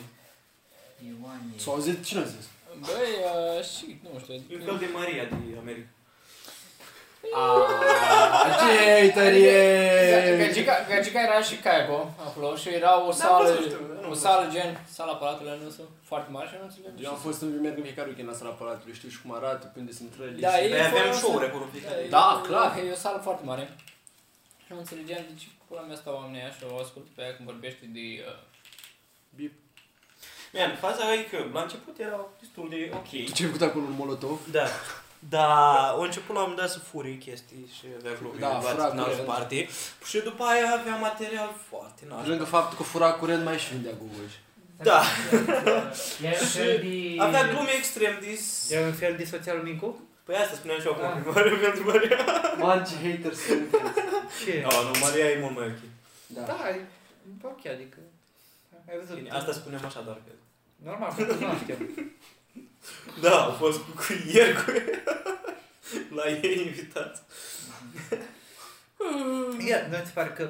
Ioane. S-au auzit? Cine a zis? Băi, uh, și nu știu, E un fel adică... de Maria din America. Ah, adică, Haterie! Gagica, Gagica era și Caico acolo și era o Da, sală, vă știu, da, nu. o sală gen, sala palatului nu sunt foarte mari și nu înțeleg. Eu am fost în merg în fiecare weekend la sala palatului, știu și cum arată, pe unde sunt trăile. Da, și- e Păi aveam frumos. show-uri acolo în fiecare. Da, clar. E o sală foarte mare. Și nu înțelegeam de ce pula mea stau oamenii așa, o ascult pe aia când vorbește de... Uh, Man, faza e că la început erau destul de Tu ok. ce ai făcut acolo un molotov? Da. Da, au început la un moment dat să furi chestii și avea glume Da, da, fura în altă curent. parte. Și după aia avea material foarte Pe nașpa. lângă faptul că fura curent mai și vindea Google. Da. Era un fel de... Avea glume extrem de... s- Era un fel de socialul Mincu? Păi asta spuneam și eu Da. acum, primar, pentru Maria. Man, ce hater sunt. Ce? No, nu, Maria e mult mai ok. Da. Da, e ok, adică... Ai văzut? Bine, asta spuneam așa doar că... Normal, că nu știu. Da, a fost cu, cu ieri cu la ei invitat. Ia, nu ți pare că,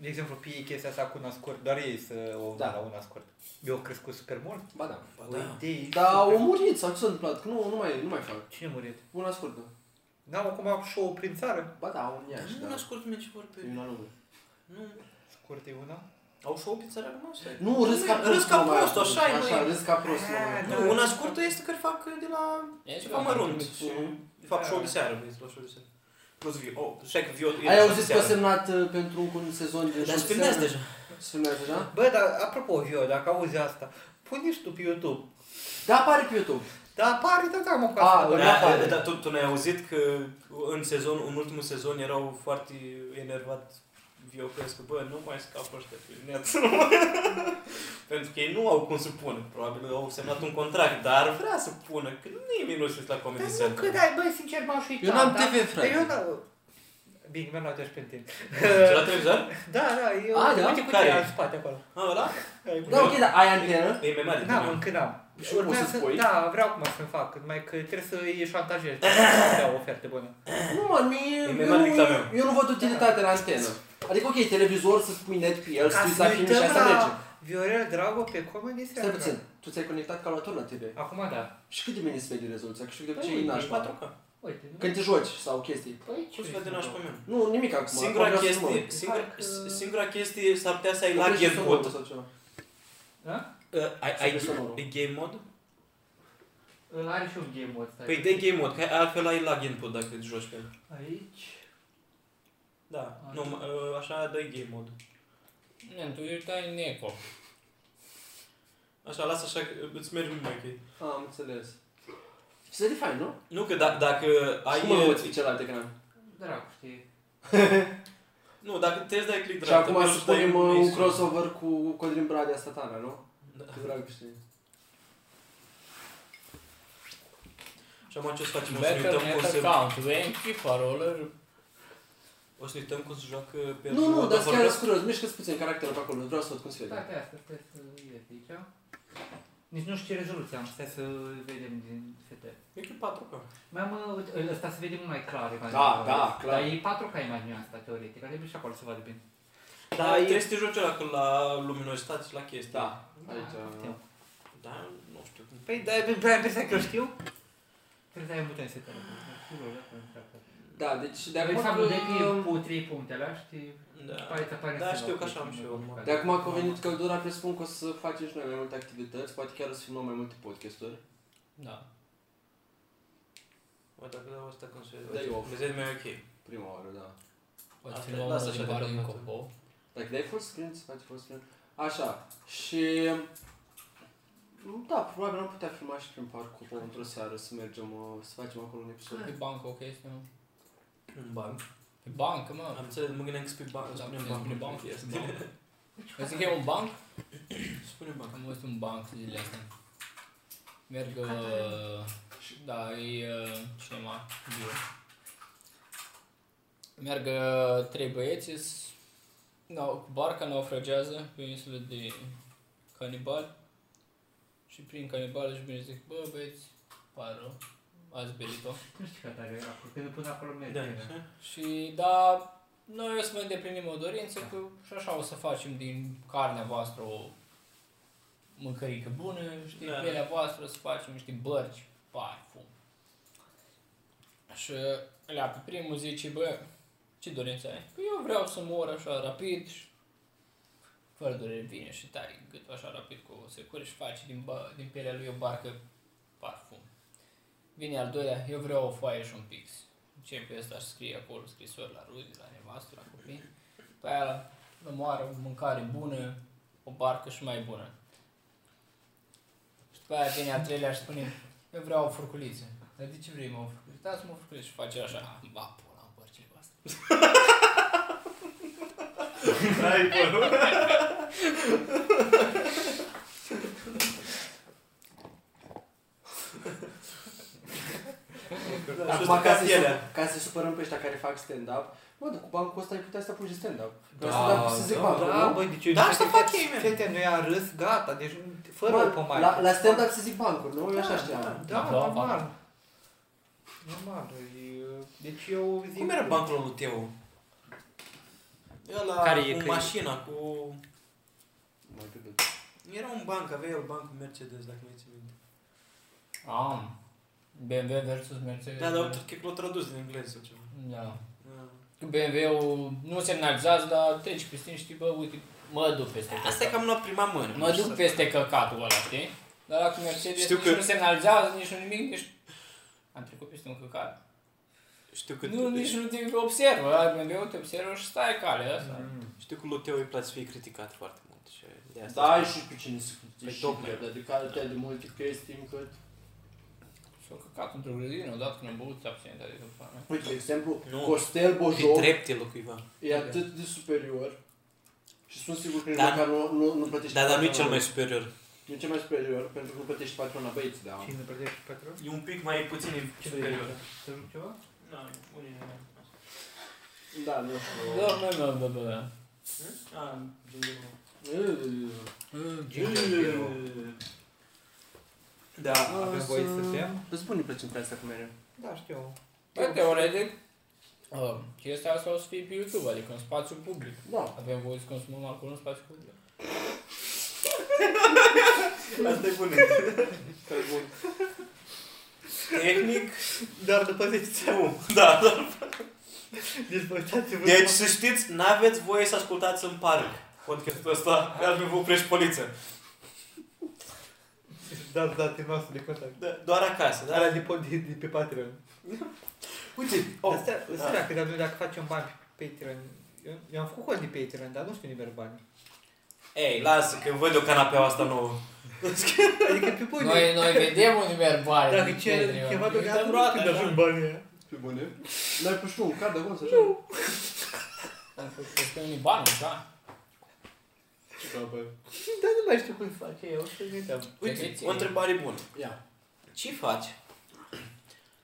de exemplu, pe ei chestia asta cu una scurt, doar ei să o Da. da. la una scurt. Eu au crescut super mult, Ba da. Ba o da. idee Da, super... au murit sau ce s-a întâmplat? Că Nu, nu mai, nu mai fac. Cine a murit? Una scurtă. N-am acum au show prin țară. Ba da, un iaș, Nu da. ascult mie ce E vorbe. una lungă. Nu. Scurt e una. Au show pe țara noastră. Nu, râs ca prost. Râs ca nu mai prost, ascult. așa e, da. Așa, nu e- râs ca prost. nu mai- Ah, Nu, una scurtă este că fac uh, de la e ceva mărunt. Și, Mhm. de fapt, Da. show de seară, vezi, la show de seară. Plus vio, oh, știi că vio... e Ai show de auzit că a seară. semnat uh, pentru încă un sezon de Dar șapte se filmează seară? deja. Se filmează deja? Bă, dar apropo, eu, dacă auzi asta, pune și tu pe YouTube. Da, apare pe YouTube. Da, apare, da, da, mă, cu A, asta. da. Da. Da, afară. da, Dar tu, tu n-ai auzit că în sezon, în ultimul sezon erau foarte enervat Vio Crescu, bă, nu mai scapă ăștia pe net. Pentru că ei nu au cum să pună. Probabil au semnat un contract, dar vrea să pună, că nimeni nu știe la Comedy Dar nu, că Central. da, bă, sincer, m-aș uita. Eu n-am da. TV, frate. Dar Eu n-am... Bine, mi-am luat eu și pe tine. Ce la televizor? Da, da, eu... A, da? Uite cu Care tine e? în spate acolo. A, ăla? Da, ok, da, ai antenă? E mai mare. decât N-am, mine. încă n-am. Și cum Urmează- poți să spui? Da, vreau acum să-mi fac, numai că trebuie să îi șantajez. să dau o ofertă bună. Nu, mă, mie, E eu, mai mare nu- decât a mea. eu nu văd utilitatea la antenă. Adică, ok, televizor să pui net pe el, să Ca uiți să la ne film și uităm asta merge. la Viorel Drago pe Comedy Stai Central. puțin, tu ți-ai conectat calculatorul la TV. Acum da. Și cât de mini se vede rezoluția? Că știu că de Păi, obicei e e nașpa. 4K. Uite, Când te joci sau chestii. Păi, Cum se vede nașpa mea? Nu, nimic acum. Singura acum vreau să chestie, mă- singura, Parcă- singura chestie s-ar putea să ai la Oprește game sonorul mode. sau ceva. Da? Uh, Ai, ai Oprește sonorul. game mode? Îl are și un game mode, stai. Păi de game mode, că altfel ai login pot dacă joci pe el. Aici... Da, nu, mă, ă, așa dai game mode. Man, tu ești ai neco. Așa, lasă așa, că îți merge mult mai ok. Am înțeles. Și se define, nu? Nu, că da, dacă Ai ai... Cum mă uiți pe celălalt ecran? Dracu, știi. Nu, dacă te dai Și click dreapta, acum mergi să dai punem uh, un mainstream. crossover cu Codrin Bradea Statana, nu? Da. Cu Dragoștine. Și acum ce o să facem? O să ne Better uităm cum net se... account, BMP, parolă, O să ne uităm cum se joacă pe... da, Nu, nu, dar chiar sunt vorbesc- curios. Mișcă-ți puțin caracterul pe acolo. Vreau să văd cum se vede. Stai pe asta, stai să ies aici. Nici nu știu ce rezoluție am, stai să vedem din setări. E că 4K. Mai am, uh, uite, ăsta se vede mult mai clar imaginea. Da, da, clar. Dar e 4K imaginea asta, teoretic, ar trebui și acolo să vadă bine. Dar Da, e... trebuie să te joci ăla că la luminositate și la chestii. Da. Aici... Știu. Da, nu știu cum. Păi, dar e prea impresia că eu știu. Trebuie să ai un buton setări. Da, deci de Dacă acum, să că, vedeți cu trei punctele, alea, știi? Da. Pare Păi, că apare Da, să știu vă că apare așa am în și eu, notificare. de acum că a venit căldura, presupun că o să facem și noi mai multe activități, poate chiar o să filmăm mai multe podcasturi. Da. Mă, dacă da, dau asta cum se Dai off. vede. mai ok. Prima oară, da. Poate Asta- fi luăm lasă unul din așa de barul din păcat. copou. Dacă dai full screen, să faci full screen. Așa, și... Da, probabil am putea filma și prin parcul într-o seară să mergem, uh, să facem acolo un episod. Pe bancă o chestie, mă. În banc. Da. Pe bancă, Am mă. înțeles, mă gândeam că spui banc. Da, Spune putem banc. spune nu banc, chestie. spune banc. Vezi că e un banc? Spune banc. Am văzut un banc zilele astea. Merg, uh, da, e uh, cinema, bio. Merg uh, trei băieți, s- nau- barca naufragează pe o insulă de canibali și prin canibali își bine zic, bă băieți, pare rău, ați belit-o. Nu știu cât are acolo, când îl pun acolo merge. Da, Da. așa. Și da, noi o să mai îndeplinim o dorință că și așa o să facem din carnea voastră o mâncărică bună, știi, Da. da. pielea voastră o să facem niște bărci, pai, fum. Și la pe primul zice, bă, ce dorință ai? Că eu vreau să mor așa rapid și fără dureri vine și tare gâtul așa rapid cu o secură și face din, ba- din pielea lui o barcă parfum. Vine al doilea, eu vreau o foaie și un pix. Începe ăsta și scrie acolo scrisori la rude, la nevastă, la copii. Pe aia îl moară o mâncare bună, o barcă și mai bună. Și după aia vine al treilea și spune, eu vreau o furculiță. Dar de ce vrei mă o furculiță? Dați-mă o furculiță și face așa, ba, pula, în bărcile voastre. Hai, bă. Da, și Acum, ăsta ca ca să, pielea. su- ca să supărăm pe ăștia care fac stand-up, mă, dar cu bancul ăsta ai putea să te apuci de stand-up. Da, Dar stand-up să zic bancul, da, nu? băi, deci eu Da, asta fac ei, man. Fete, noi am râs, gata, deci fără Deci Bă, Bă, pomaie. la, la stand-up se zic bancul, nu? Eu așa Da, știam. da, Da, normal. Normal, e, deci eu zic... Cum era bancul lui Teo? Ăla Care e? cu Că e- mașina, cu... Mă, cât de- Era un banc, avea el bancul Mercedes, dacă mai ții minte. Am. BMW versus Mercedes. Da, dar cred că l-a tradus din engleză sau ceva. Da. Da. BMW-ul nu semnalizează, dar treci peste și știi, bă, uite, mă duc peste Asta e căcatul. cam la prima mână. Mă duc peste căcatul ăla, știi? Dar dacă Mercedes Știu Știu nici că- nu semnalizează, nici nu nimic, nici... Am trecut peste un căcat. Știu că, nu, nici nu te observă, da? la BMW te observă și stai calea asta. știu că lui Teo îi place să fie criticat foarte mult. Și de asta Da, ai și pe cine să Păi critici, tocmai. dar de care te de multe chestii încât... Și au căcat într-o grădină, odată când am băut absent, adică până. Uite, de exemplu, Nu. Costel Fi Bojov drept el cuiva. e atât de superior și sunt sigur că nici Da. măcar nu, nu, nu plătești Da, dar nu e patrona cel mai lui. superior. Nu e cel mai superior, pentru că nu plătești patrona băieți, da. Cine plătește patron? E un pic mai puțin Ce superior. Să zic ceva? Da, unii Da, nu știu. Da, mă, mă, bă, bă, bă. Da, Avem voie să bem? Îți spun, îmi place pe asta cu mereu. Da, știu. Bă, teoretic, ă, chestia asta o să fie pe YouTube, adică în spațiu public. Da. Avem voie să consumăm alcool în spațiu public. asta e bun. Tehnic, Dar după 10 seama. da, da. Deci vă uitați-vă. Deci să știți, n-aveți voie să ascultați în parc podcastul ăsta, că ar fi vă oprești poliția. Da, da, te noastră de contact. Da, doar acasă, da? Alea de pe, de, de pe Patreon. Uite, Oh, oh, Asta, da. dacă, dacă, dacă facem bani pe Patreon, eu, eu am făcut cont de Patreon, dar nu știu unde merg bani. Ei, lasă că văd eu canapeaua asta nouă. Adică pe bune, Noi, noi vedem unde merg bani. dacă ce ceva de Uităm gata, nu roata, știu când așa. ajung da. banii aia. Pe bune? N-ai pus tu un card de acolo, să așa? Îți pe unii bani, da? Ce capă? Dar nu mai știu cum fac eu, o să Da. gândeam. Cred că Uite, ție. o întrebare bună. Ia. Ce faci?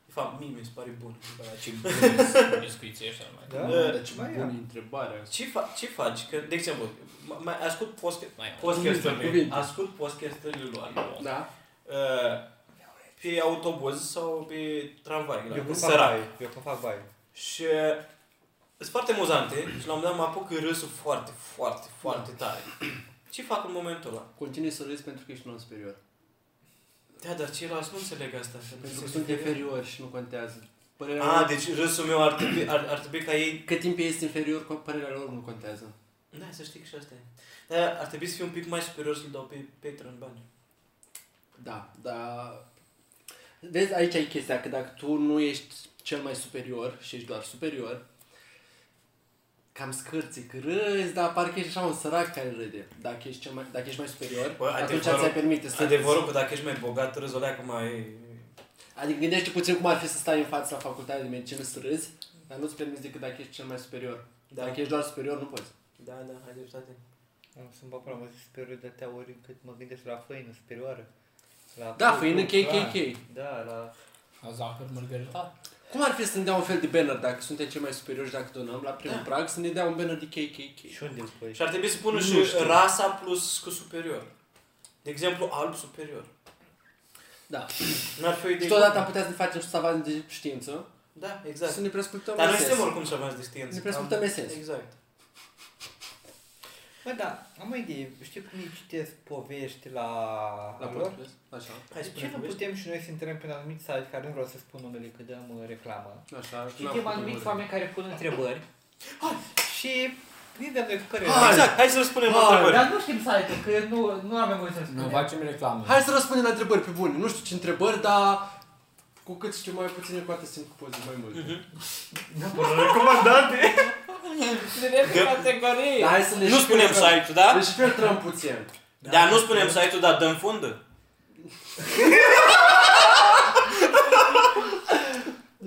De fapt, mie mi se pare bună. întrebarea aceea. Biscuiții ăștia mai. Da? Da, Dar ce mai bună ia. întrebare asta. Ce, fa- ce faci? Că, de exemplu, m- mai ascult post- Mai podcast-urile. cuvinte. Ascult podcast-urile lor. Da? Uh, pe autobuz sau pe tramvai, la Eu cum când fac sărac. bani, eu cum fac bani. Și uh, sunt foarte amuzante și la un moment dat mă apuc în râsul foarte, foarte, foarte tare. Ce fac în momentul ăla? Continui să râzi pentru că ești non superior. Da, dar ceilalți nu înțeleg asta. Pentru că sunt inferior și nu contează. Părerea A, lor, deci râsul meu ar trebui, ar, ar trebui ca ei... cât timp ești inferior, co- părerea lor nu contează. Da, să știi că și asta e. Dar ar trebui să fiu un pic mai superior să-l dau pe Patreon bani. Da, dar... Vezi, aici e chestia, că dacă tu nu ești cel mai superior și ești doar superior, cam scârții, că râzi, dar parcă ești așa un sărac care râde. Dacă ești, cel mai, dacă ești mai superior, Bă, Bă, atunci adevărul- ți-ai permite să Adevărul că dacă ești mai bogat, râsul ăla cum mai... Adică gândește puțin cum ar fi să stai în fața la facultatea de medicină să râzi, dar nu-ți permiți decât dacă ești cel mai superior. Da, Dacă ești doar superior, nu poți. da, da, ai dreptate. Am să-mi bag până mă superior de atâtea ori încât mă gândesc la făină superioară. La Da, făină crucru, KKK. clar. Da, la... La zahăr, margarita. Cum ar fi să ne dea un fel de banner dacă suntem cei mai superiori și dacă donăm la primul Da. prag, să ne dea un banner de KKK? Și unde îl pui? Și ar trebui să pună Nu și știu. rasa plus cu superior. De exemplu, alb superior. Da. N-ar fi o idee. Și totodată am putea să ne facem și savanți de știință, Da, exact. să ne prescultăm Dar noi SS. suntem oricum să avanți de știință. Ne prescultăm Am- esență. Exact. Bă, da, am o idee. Știu cum îi citesc povești la... La lor? podcast. Așa. Hai De spune ce nu povesti. putem și noi să intrăm pe un anumit site care nu vreau să spun numele că dăm uh, reclamă? Așa. n-am Citim făcut anumiți numere. oameni care pun întrebări și ne dăm noi cu părere. Ah, Exact, hai să răspundem la Hai. întrebări. Dar nu știm site-ul, că nu, nu avem voie să Nu spunem. facem reclame. Hai să răspundem la întrebări pe bune. Nu știu ce întrebări, dar cu cât știu mai puține, cu atât simt că pot mai mult. Da, bă, recomandate! Vedem pe Gă- categorie. Dar hai să ne Nu deci și spunem filtrăm. site-ul, da? Ne și filtrăm puțin. Da, nu spunem site-ul, dar dăm fundă.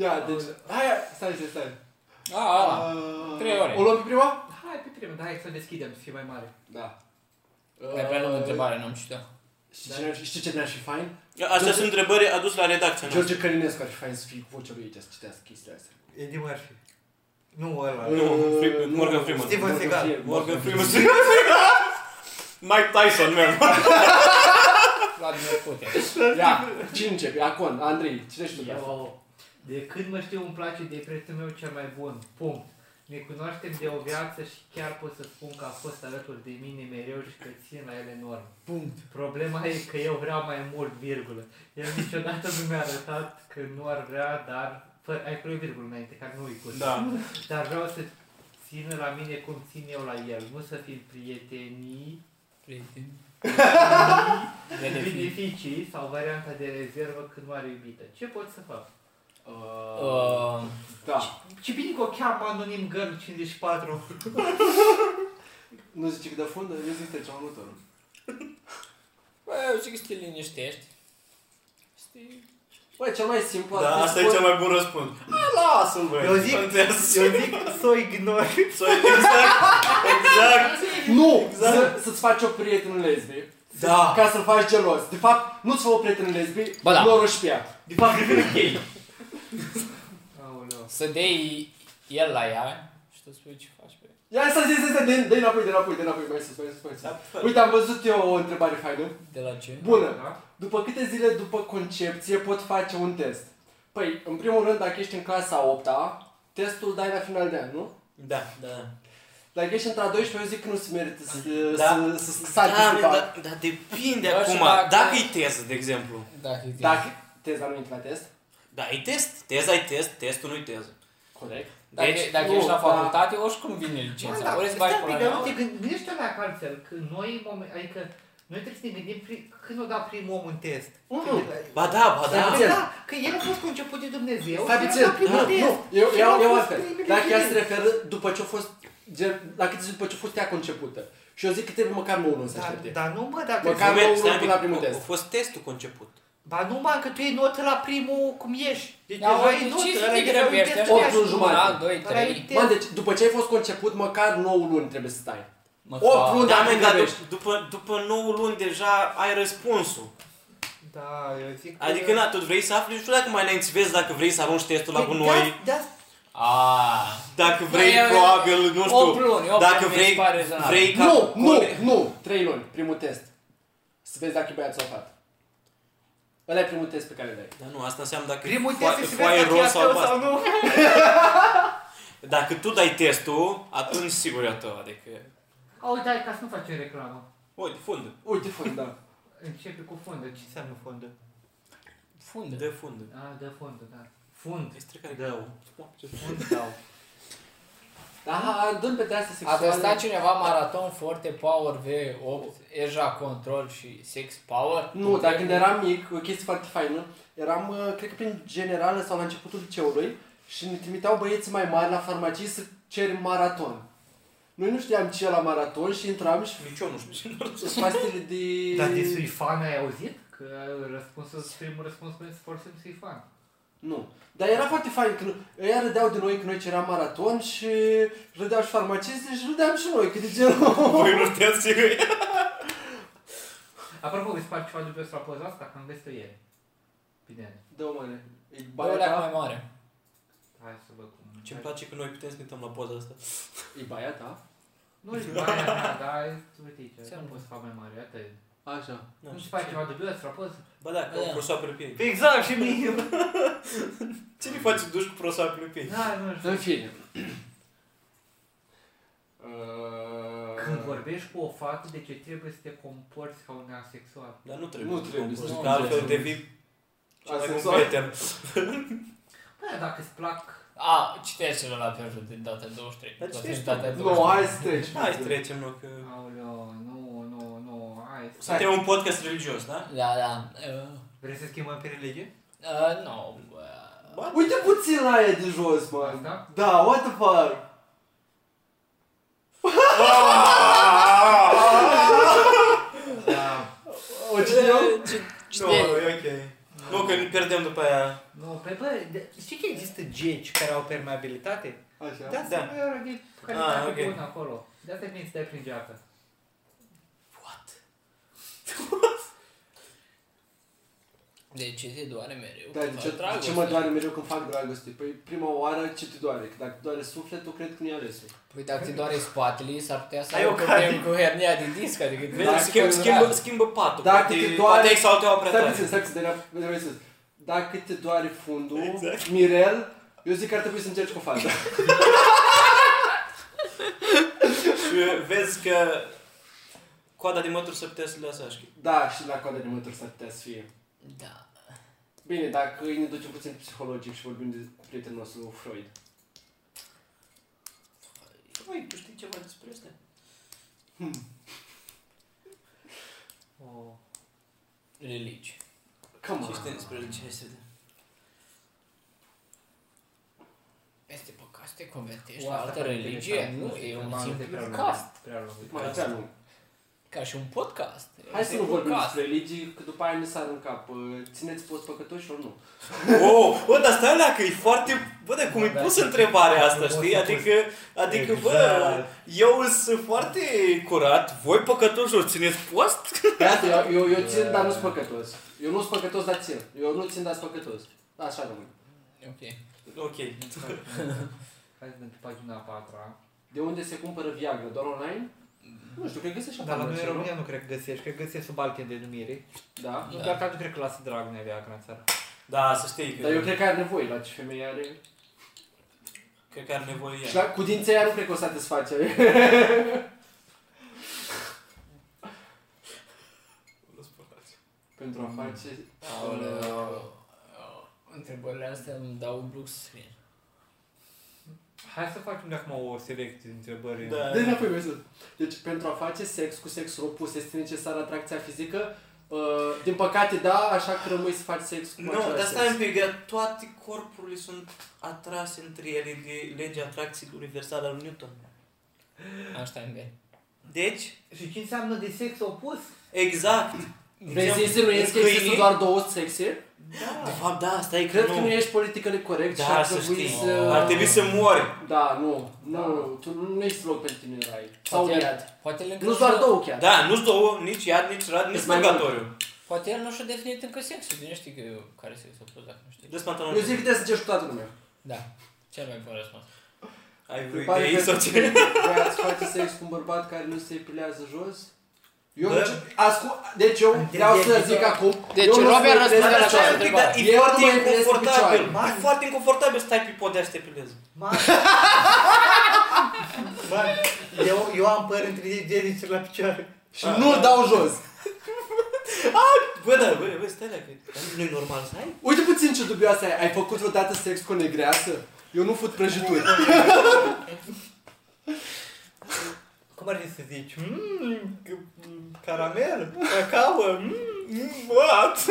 Ia, deci... Hai, stai, stai, stai. A, ala. Trei ore. O luăm pe prima? Hai pe primul, dar hai să deschidem, să fie mai mare. Da. Mai prea lungă întrebare, nu am citit. Știi ce ne-ar fi- știi ce ne-ar fi fain? Astea sunt întrebări aduse la redacția noastră. George Călinescu ar fi fain să fie cu vocea lui aici să citească chestiile astea. Eddie Murphy. Nu ăla. Nu, Fre- Uh, Morgan nu. Freeman. Steven Seagal. Freeman. Morgan Freeman. Mike Tyson, man. Vladimir Putin. Ia, cine începe? Acon, Andrei, Uh, cine știu? Eu, de când mă știu, îmi place de prețul meu cel mai bun. Punct. Ne cunoaștem de o viață și chiar pot să spun că a fost alături de mine mereu și că țin la el enorm. Punct. Problema e că eu vreau mai mult, virgulă. El niciodată nu mi-a arătat că nu ar vrea, dar... Fă, ai pus virgulă înainte, care nu-i cu Da. Dar vreau să țină la mine cum țin eu la el. Nu să fim prietenii, Prieten. beneficii sau varianta de rezervă când nu are iubită. Ce pot să fac? Uh, Uh, Da. Ce bine că o cheamă anonim Girl 54. Nu zice că de fundă, eu zic că ceva următorul. Bă, eu zic că să te liniștești. Să te... Băi, cel mai simplu ar Da, fi asta e spun- cel mai bun răspuns. A, lasă-l, băi. Eu zic- Nu interesează. Eu zic să o ignori. Să- Exact, exact. Nu! Să, să-ți faci o prietenă lesbi. Da. Ca să-l faci gelos. De fapt, nu-ți fă o prietenă lesbi, Ba da. noroși pe ea. De fapt, e gay. Aoleu. Să dai el la ea și tu spui ce faci pe Ia să zici, să dă dă înapoi, dă înapoi, dă înapoi, mai sus, mai sus, mai sus. Da, Uite, am văzut eu o întrebare faină. De la ce? Bună! Da? După câte zile după concepție pot face un test? Păi, în primul rând, dacă ești în clasa 8-a, testul dai la final de an, nu? Da, da. Dacă ești între a 12 eu zic că nu se merită să, Da. să, să, să sari Da, pe da, da. da, dar depinde Da, și acum. dacă- Dacă e teză, de exemplu. Dacă e Dacă teza nu intră la test, Da, e test. Teza e test, testul nu e teză. corect. Dacă, Deci, dacă nu, ești la da. facultate, oricum vine Bă, licența. da, Ori îți stai bagi un până pic, dar la nu te gândești la altfel, că noi, în momen- adică Noi trebuie să ne gândim pri- când o da primul om un test. Nu, Când nu. e la- Ba da, ba da. Stai puțin. Da, că el a fost conceput de Dumnezeu Stai și el a puțin. dat primul Da, test. Nu, eu, Și el a eu, eu fost altfel. primul Dacă ea se individ. referă după ce a fost, gen, la cât zici după ce a fost ea concepută. Și eu zic că trebuie măcar nouă luni să Dar, aștepte. dar nu mă, dacă... Măcar- Moment, nou stai lucru un la pic, primul a- test. A fost testul conceput. Ba nu, mă, că tu iei notă la primul cum ești. Deci Dar deja ori, ai de notă, ce să ăla te e deja un grăbești? test Așa de ești Opt luni una, jumate. doi, Ăla e trei. un test. Mă, deci după ce ai fost conceput, măcar 9 luni trebuie să stai. Măcar. 8 luni, Da, dacă men, dar te dup- după, după 9 luni deja ai răspunsul. Da, eu zic că- Adică, na, tu vrei să afli, nu știu dacă mai înainte vezi dacă vrei să arunci testul la Păi gunoi, Da, da, Ah. dacă vrei, Da, eu- probabil, nu Opt știu, luni, opt dacă luni mi se vrei- pare rezonabil. vrei ca... Nu, nu, nu, 3 luni, primul test. Să vezi dacă e băiat sau fată. Ăla e primul test pe care îl ai. Dar nu, asta înseamnă dacă primul e test foaie- e să foaie vezi dacă roz e sau ateu albastru. sau nu. Dacă tu dai testul, atunci sigur e a tău, adică... Au, dai, ca să nu facem reclamă. O, de fundă. Uite, fă, da. Începe cu fundă. Ce înseamnă fundă? Fundă. De fundă. A, da, fundă, da. Fund. Este care Dău. Ce Fund dau. Da, dă-mi pe de astea A sexuale. testat cineva maraton forte power V8, Eja control și sex power? Nu, dar când eram mic, o chestie foarte faină, eram, uh, cred că prin generală sau la începutul liceului și ne trimiteau băieți mai mari la farmacie să cerim maraton. Noi nu știam ce e la maraton și intram și Nici eu nu știu ce și pastile de... Dar de suifan ai auzit? Că răspunsul, primul răspuns spune să forțăm suifan. Nu. Dar era foarte fain când ea râdeau de noi că noi ceream maraton și râdeau și farmacistii și râdeam și noi, că de genul... Voi nu știați eu. Apropo, vi se pare ceva dubios la poza asta? Că am găsit-o ieri. Bine. Dă-o mare. E Bă, baia leac mai ta? mare. Hai să văd cum... Ce-mi place că noi putem să ne uităm la poza asta. E baia ta? Nu da, știu, aia mea, dar uite aici, Ți-am nu pot să fac mai mare, atât. Așa. Da, Nu și se face ce- ceva dubios la poză? Ba da, că Da. o prosoapă pe piei. Exact, și mie! Ce ne faci duș cu prosoapă pe piei? Da, nu știu. În fine. Când vorbești cu o fată, de ce trebuie să te comporți ca un asexual? Dar nu trebuie. Nu trebuie Că să- că altfel devii cel mai bun Asexual. prieten. Bă, Păi, dacă îți plac... A, citeai celălalt pe de data 23. Dar Toate citești data tu. 23. Nu, hai să treci. Hai să trecem, nu, că... Aoleo, nu, nu, nu, hai să... Suntem un podcast religios, da? Da, da. Uh, Vrei să schimbăm pe religie? uh, nu, uh, bă. Ba, Uite puțin la aia de jos, mă. Asta? Da, what the fuck? Da. O cine eu? Nu, e ok. Nu, că ne pierdem după aia. Nu, pe bă, de- știi că există geci care au permeabilitate? Așa. Da, Da. da. Sunt de Ah, calitate ok. bună acolo. De asta vin să dai prin geacă. De ce te doare mereu? Da, de ce, de ce mă doare mereu când fac dragoste? Păi prima oară ce te doare? Că dacă te doare sufletul, cred că nu e alesul. Păi dacă te doare spatele, s-ar putea să Ai ai o o problemă cu hernia de disc, adică... Vezi, Dacă schimb, te schimbă, doare. schimbă patul. Dacă poate- te doare- Poate exaltă o prea Stai tare. puțin, stai puțin, de la- de la mai sus. Dacă te doare fundul, Exact. Mirel, eu zic că ar trebui să încerci cu fata. Și vezi că coada de mături să putea să le lasă așa. da, și la coada de mături s-ar putea să fie. Da. Bine, dacă îi ne ducem puțin psihologic și vorbim de prietenul nostru Freud. Păi, tu știi ceva despre asta? Oh. Religi. Come Ce știi on. despre licențe? Este păcat să te convertești O, la asta altă pare religie? interesant. Nu, e un m-am gândit simplu prea cast. lung, Prea lung. Mai prea nu. Ca și un podcast. Hai Este să nu un vorbim podcast. despre religii, că după aia ne sar în cap. Uh, Țineți post păcătoșilor? Nu. Oh, bă, dar stai la că e foarte... Bă, dar cum Da, e da, pus și- întrebarea asta, nu poți știi? să Adică, adică bă, Exact. eu sunt foarte curat. Voi, păcătoși, țineți post? Iată, eu, eu, eu țin, dar nu sunt păcătos. Eu nu sunt păcătos, dar țin. Eu nu țin, dar sunt păcătos. Da, Așa rămâne. Ok. Ok. Hai să dăm pe pagina a patra. De unde se cumpără Viagra? Doar online? Nu știu, cred că găsești Da, Dar la afară, noi în nu? România nu cred că găsești, cred că găsești sub alte denumiri. Da. Da. Dar nu cred că lasă Dragnea Viagra în țară. Da, să știi că... Dar eu cred că are nevoie la ce femeie are. Cred că are nevoie Și ea. la cu dinții aia nu cred că o satisface. Pentru a face... Aoleu. Întrebările astea îmi dau blue screen. Hai să facem de acum o selecție de întrebări. Da. Dă înapoi, Mesut. Deci, pentru a face sex cu sex opus, este necesară atracția fizică? Uh, din păcate, da, așa că rămâi să faci sex cu Nu, același dar stai sex. un pic, că toate corpurile sunt atrase între ele de legea atracției universale al Newton. Asta e bine. Deci, Și ce înseamnă de sex opus? exact. Vezi, insinuezi că există doar două sexe? De fapt, da, stai Cred că că nu ești politically corect și Da, ar să trebui știi. să... Ar trebui să mori. Da, nu, nu, tu nu ești loc pentru tine, Rai. Sau Poate- iad. Poate el încă Nu doar și-a- două chiar. Da, nu-s două, nici iad, nici rad, nici Îți mai purgatoriu. Poate el nu și-a definit încă sexul. Bine știi că eu care sex opus dacă nu știi. Dă-ți Eu pantalonul. zic că trebuie să încerci cu toată lumea. Da. Cel mai bun răspuns. Ai vreo Îmi pare idee că sau ce? Băiați face sex cu un bărbat care nu se epilează jos? Eu Bă. nu știu- ascult, deci eu vreau să zic acum, Adică Deci, eu nu Robert sunt răspunde la prea această național. Stai un pic, dar întrebare. E Eu foarte nu mă iubesc inconfortabil. picioarele. E foarte inconfortabil să stai pe podea și să te pilezi. Bă, eu, eu am păr între genii la picioare. Și nu dau jos. Bă, da, bă, bă, stai leacă. Dar Nu-i normal să ai? Uite puțin ce dubioasă ai. Ai făcut vreodată sex cu o negreasă? Eu nu fut prăjituri. Cum ar fi să zici? Mmm, caramel, cacao, mmm, what?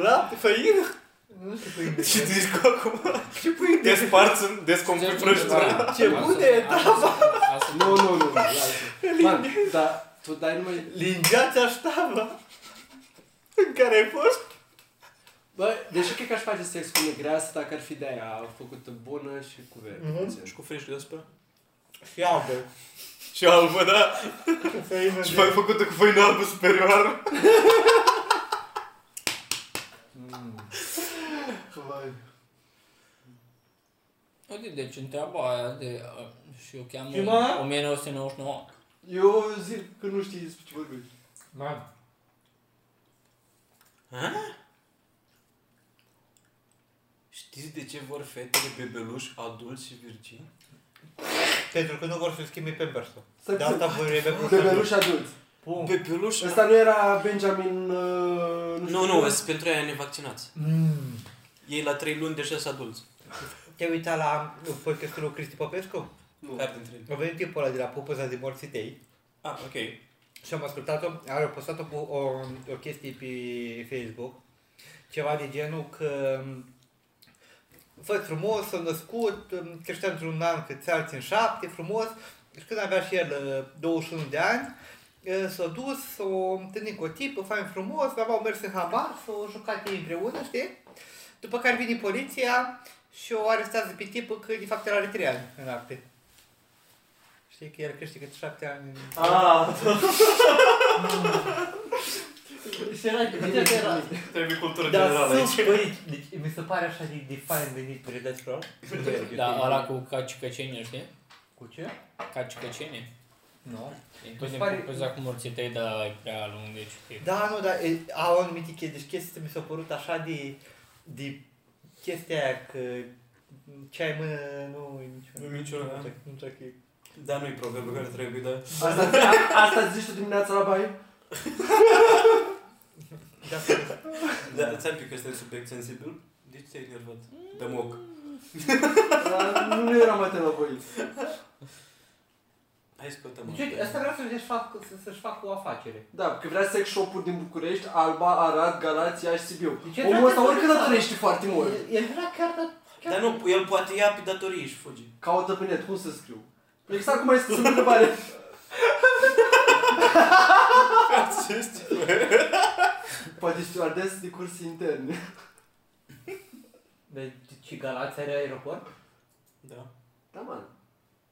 Lapte, făină. Nu știu făină. Și tu zici cu acum? Ce pui de Desparți, în- descompui prăjitura. Ce bun de etapă! Nu, nu, nu. lasă. Man, dar tu dai numai... Lingeața ștaba! În care ai fost? Bă, deși cred că aș face sex cu o negreasă dacă ar fi de aia făcută bună și cu verde. puțin. Și cu frișul deasupra? Și albă. Și albă, da? Cu făină Și mai făcută cu făină albă superioară. Uite, deci întreaba aia de... uh, Și eu cheamă Și mă? 1999. Eu zic că nu știi despre ce vorbești. Man, Știți de ce vor fetele bebeluși adulți și virgini? pentru că nu vor să schimbe pe versul. Stai De puțin. asta vor reveni cu Bebeluși adulți. Pum. Bebeluși? Ăsta nu era Benjamin... uh, Nu, știu nu, cum. sunt pentru aia nevaccinați. Mm. Ei la 3 luni deja sunt adulți. Te-ai uitat la podcastul lui Cristi Popescu? Nu. Care dintre ei? A venit tipul ăla de la Popăza de Morții Tei Ah, ok. Și am ascultat-o, a postat-o cu o, o chestie pe Facebook, ceva de genul că mm, fă frumos, s-a născut, m, creștea într-un an cât alții în șapte, frumos, și când avea și el ă, 21 de ani, ă, s-a dus, s-a întâlnit cu o tipă, fain frumos, la au mers în habar, s-au jucat ei împreună, știi? După care vine poliția și o arestează pe tipă că de fapt el are 3 ani în acte. Știi că el crește cât 7 ani. în- Ah, Uite, era- trebuie cultură Da, generală aici. sunt, băi, deci mi se pare așa de, de fain venit Predator. Da, ăla cu cacicăcenie, știi? Cu ce? Cacicăcenie. Nu. Din Mi tot se timpul pare- păza cu morții tăi, dar e prea lung, deci... e- Da, nu, dar e, au anumite chestii, deci chestia mi s-a părut așa de, de chestia aia că ce ai în mână nu e niciun. Nu-i niciun, da. Nu știu că e. Da, nu-i proverb care trebuie, da. Asta, asta zici tu dimineața la baie? Da, Da, ți-am pic că este un subiect sensibil. De ce te-ai enervat? De moc. Dar Nu eram atent la voi. Hai să căutăm. deci, asta vreau să-și fac, să, să-și fac o afacere. Da, că vrea sex shop-uri din București, Alba, Arad, Galația și Sibiu. De ce Omul trebuie ăsta să oricând faci? trăiește foarte mult. El- El era chiar, dar... chiar- Dar nu, el poate ia pe datorie și fuge. Caută pe net, cum să scriu? Exact cum ai scris în întrebare. Poate stewardess de curs intern. Deci, ce Galați are aeroport? Da. Da, man.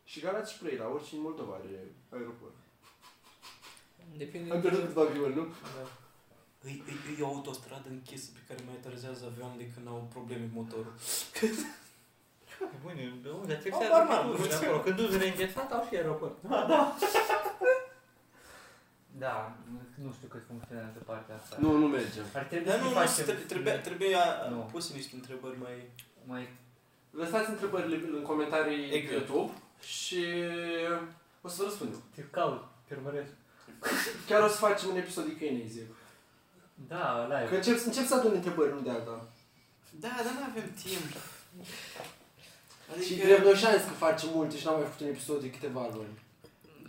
Și Galați și Preira, orice în Moldova are aeroport. Depinde Am de... pierdut câteva view nu? Da. E, e, e o autostradă închisă pe care mai aterizează avioane de când au probleme cu motorul. Bine, de unde ați Habar n-am. acolo? Când duzele înghețate au și aeroport. Da, da. Da, nu știu cât funcționează partea asta. Nu, nu merge. Ar trebui Dar să nu, nu, facem trebuie, trebuie, trebuie a, Nu. puse niște întrebări mai... mai... Lăsați întrebările în comentarii Exact. pe YouTube și o să vă răspundem. Te caut, te urmăresc. Chiar o să facem un episod de câine, zic. Da, Că live. încep, încep să adun întrebări, nu de alta. Da, dar nu avem timp. Și Adică- drept noi șanse că face multe și n-am mai făcut un episod de câteva luni.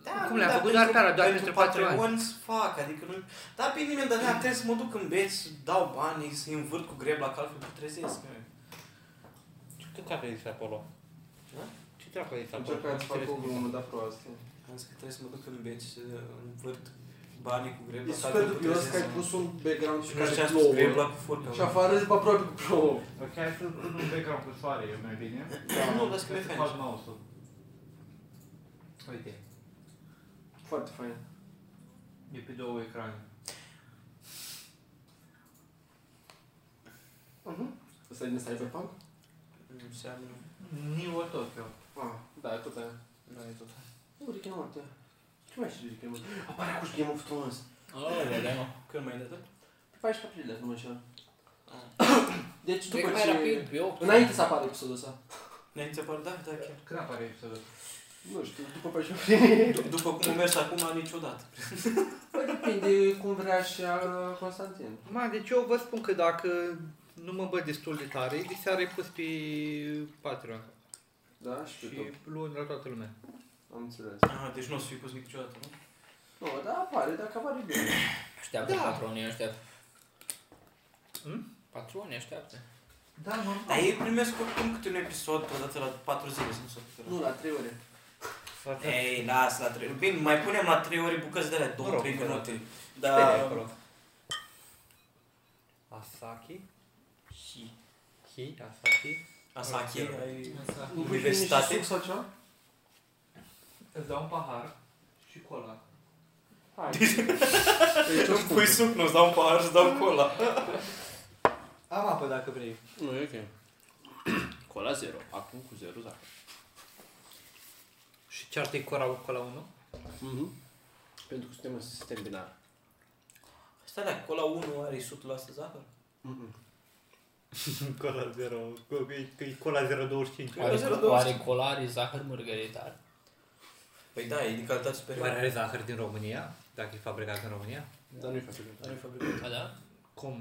Da, Cum le-a da, făcut pentru- doar Cara, doar pentru patru Patreon îți fac, adică nu... Dar pe nimeni, dar trebuie să mă duc în beț, dau banii, să-i învârt cu greb la calf, mă trezesc. Ce dracu ai zis acolo? Da? Ce dracu ai zis Am acolo? încercat să fac da. o glumă, dar proastă. Am zis că trebuie să mă duc în beț, să învârt banii cu greb E la calf, super mă dubios trezesc. că ai pus un background Și și nu știu ce care am spus, greb plouă. la cu furcă. Și afară e aproape că plouă. Ok, hai să pun un background cu soare, e mai bine. Da. Da, Nu, dar Hai scrie să fain faci așa. mouse-ul. Uite, Foarte fain. E pe două ecrane. Ăsta e din Cyberpunk? Înseamnă... Neo Tokyo. Ah, da, e tot aia. Da, e tot. Nu, Rick and Morty. Ce mai știi de Rick and Morty? Apare acum și Game of Thrones. Oh, da, mă. Când mai dată? Pe 14 aprilie, dacă nu mă înșel. Deci Cred că după mai ce... rapid, pe 8. Înainte să apară episodul ăsta. Ne-ai înțepat? Da, da, chiar. Când apare episodul? Nu știu, după 14 aprilie. Du- După cum a mers acum, niciodată. Păi depinde cum vrea și al Constantin. Ma, deci eu vă spun că dacă nu mă băd destul de tare, de seară ai pus pe Patreon Da? Și pe și tot. luni la toată lumea. Am înțeles. Ah, deci nu o să fi pus niciodată, nu? Da. Nu, dar apare, dacă apare bine. Așteaptă Da. patronii ăștia. Hmm? Patronii așteaptă. Da, normal. Dar ei primesc oricum câte un episod odată la 4 zile, să nu se putere. Nu, la 3 ore. Ei, las la 3 Bine, mai punem la 3 ore bucăți de alea, Mă 2-3 rog, mă rog. minute. Da. Dar... acolo. Asaki? Hi. Hi, Asaki? Asahi, ai... Nu pui Universitate? nici suc sau ceva? Îți dau un pahar și cola. Hai. Păi ce-o Pui suc, nu-ți dau un pahar, îți dau cola. Am apă dacă vrei. Nu, e é, ok. é Cola 0. um Acum cu 0, da. Și ce ar tăi cola, cola 1? Mhm. Pentru că suntem în sistem binar. Stai, da, cola 1 are 100% zahăr? cola 0, e cola 025. Are, zero co- douăzeci. are colare, zahăr, mărgăritar. Păi da, e de calitate Oare superioară. are zahăr din România? Dacă e fabricat în România? Dar nu-i face bine. Dar nu-i fabricat. A, da? Cum?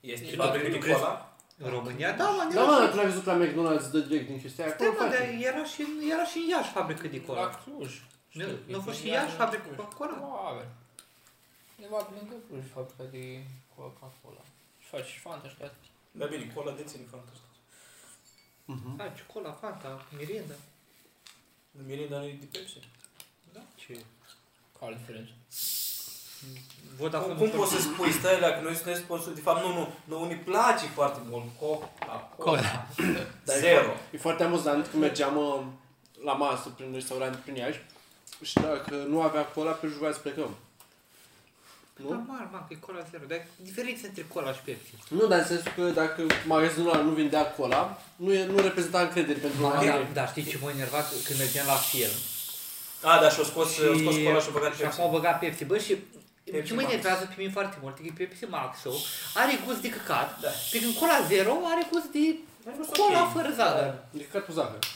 Este Tu fabricat crezi- din tu crezi- cola? În România? Da, mă, Da, mă, dar tu l-ai văzut la McDonald's, dă direct din chestia aia, Da, acolo mă, dar face. era și, în- era și în Iași fabrică de La cola. Cluj. Nu, Știu, nu a e fost și din Iași Iași, fabrică Cluj. de cola? Probabil. Undeva pe lângă Cluj, fabrica de Coca-Cola. Și faci și Fanta și toate. Da, bine, cola deține fantastic. Uhum. Da, ce cola, Fanta, Mirinda. Mirinda nu e de Pepsi. Da, ce? Care diferență? Vodafone. Cum, cum poți să spui, stai la că noi suntem sponsori? De fapt, nu, nu, nouă ne place foarte mult Coca-Cola. Cola. Dar e Zero. foarte- E foarte amuzant când mergeam uh, la masă prin restaurant prin Iași și dacă nu avea cola, pe juvea să plecăm. Nu? Normal, mă, că e cola zero. Dar diferența între cola și Pepsi. Nu, dar în sensul că dacă magazinul ăla nu vendea cola, nu, e, nu reprezenta încredere pentru Da, magazin. da, știi ce m-a enervat când mergeam la film? A, da, și-o scos, și... scos Și- cola și-o băgat Și Pepsi. acum au băgat Pepsi, bă, și Pepsi ce mă Max. enervează pe mine foarte mult, e că Pepsi Maxo are gust de căcat, Da. pe când Cola Zero are gust de gust cola ok. fără zahăr. E căcat cu zahăr. Da.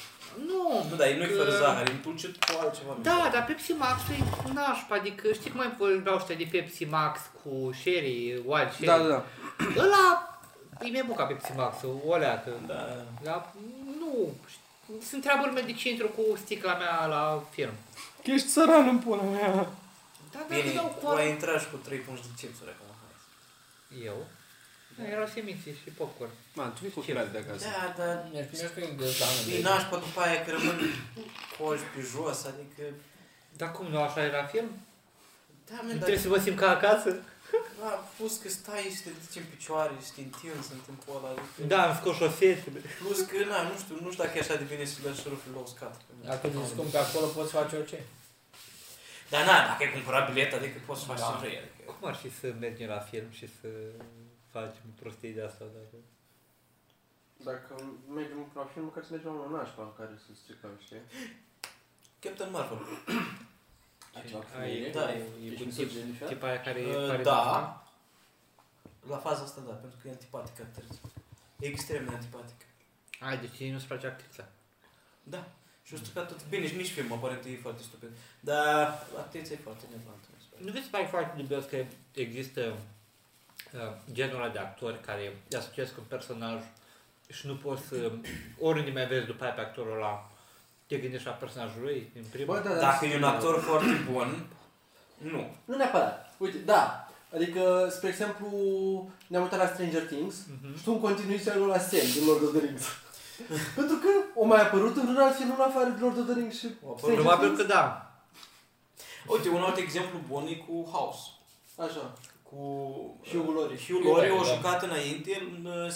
Nu, Nu, dar e nu-i că- fără zahăr, e întulcit cu altceva. Da, dar Pepsi Max e nașpa, adică știi cum mai vorbeau ăștia de Pepsi Max cu Sherry, Wild Sherry? Da, da, da. Ăla e mai bun ca Pepsi Max, o leacă. Da. Dar nu, sunt treabă mea de ce intru cu sticla mea la film. Că ești țăran în pula mea. Da, da, Bine, dau tu cola. ai intrat și cu 3 pungi de chipsuri acum. Eu? Da, erau semințe și popcorn. Man, tu vii cu ochelarii de acasă. Da, da. Mi-aș mi-aș că e găzdană E de... nașpa după aia că rămân coși pe jos, adică... Dar cum nu așa era film? Da, Nu men, dar trebuie să vă simt ca acasă? a pus că stai și te duci în picioare și te întinzi în timpul ăla, adică... Da, am scos șosetele. Plus că, na, nu știu, nu știu dacă e așa de bine să dai șuruful la uscat. Dacă nu scump pe acolo poți face orice. Dar na, dacă ai cumpărat bilet, adică poți să faci Da. ce vrei, adică... Cum ar fi să mergem la film și să facem prostii de asta? da, Dacă... Dacă mergem la film, măcar să mergem la un nașpa în care să stricăm, știi? Captain Marvel. Acela cu Ai- femeie. Da, e... Ești cu un tip- Jennifer? Tipa aia care Uh, da. pare doamna? La faza asta, da, pentru că e antipatică actrița. E extrem de antipatică. Ai, deci ei nu-ți place actrița. Da. Și o stricat tot. Bine, și nici filmul, aparent e foarte stupid. Dar actrița e foarte neblantă, mi se pare. Nu vi se pare foarte dubios că există uh, genul ăla de actori care îi asociez cu un personaj și nu poți să... Oriunde mai vezi după aia pe actorul ăla, te gândești la personajul lui din prima. Bă, da, da, Dacă e un actor foarte bun, nu. Nu neapărat. Uite, da. Adică, spre exemplu, ne-am uitat la Stranger Things Mhm. și tu îmi continui să nu la Sam din Lord of the Rings. Pentru că o mai apărut în un alt film în afară de Lord of the Rings și O apărut. Stranger Probabil Things. că da. Uite, un alt exemplu bun e cu House. Așa. Cu uh, Hugh Laurie. Da. Hugh Laurie au jucat înainte în uh,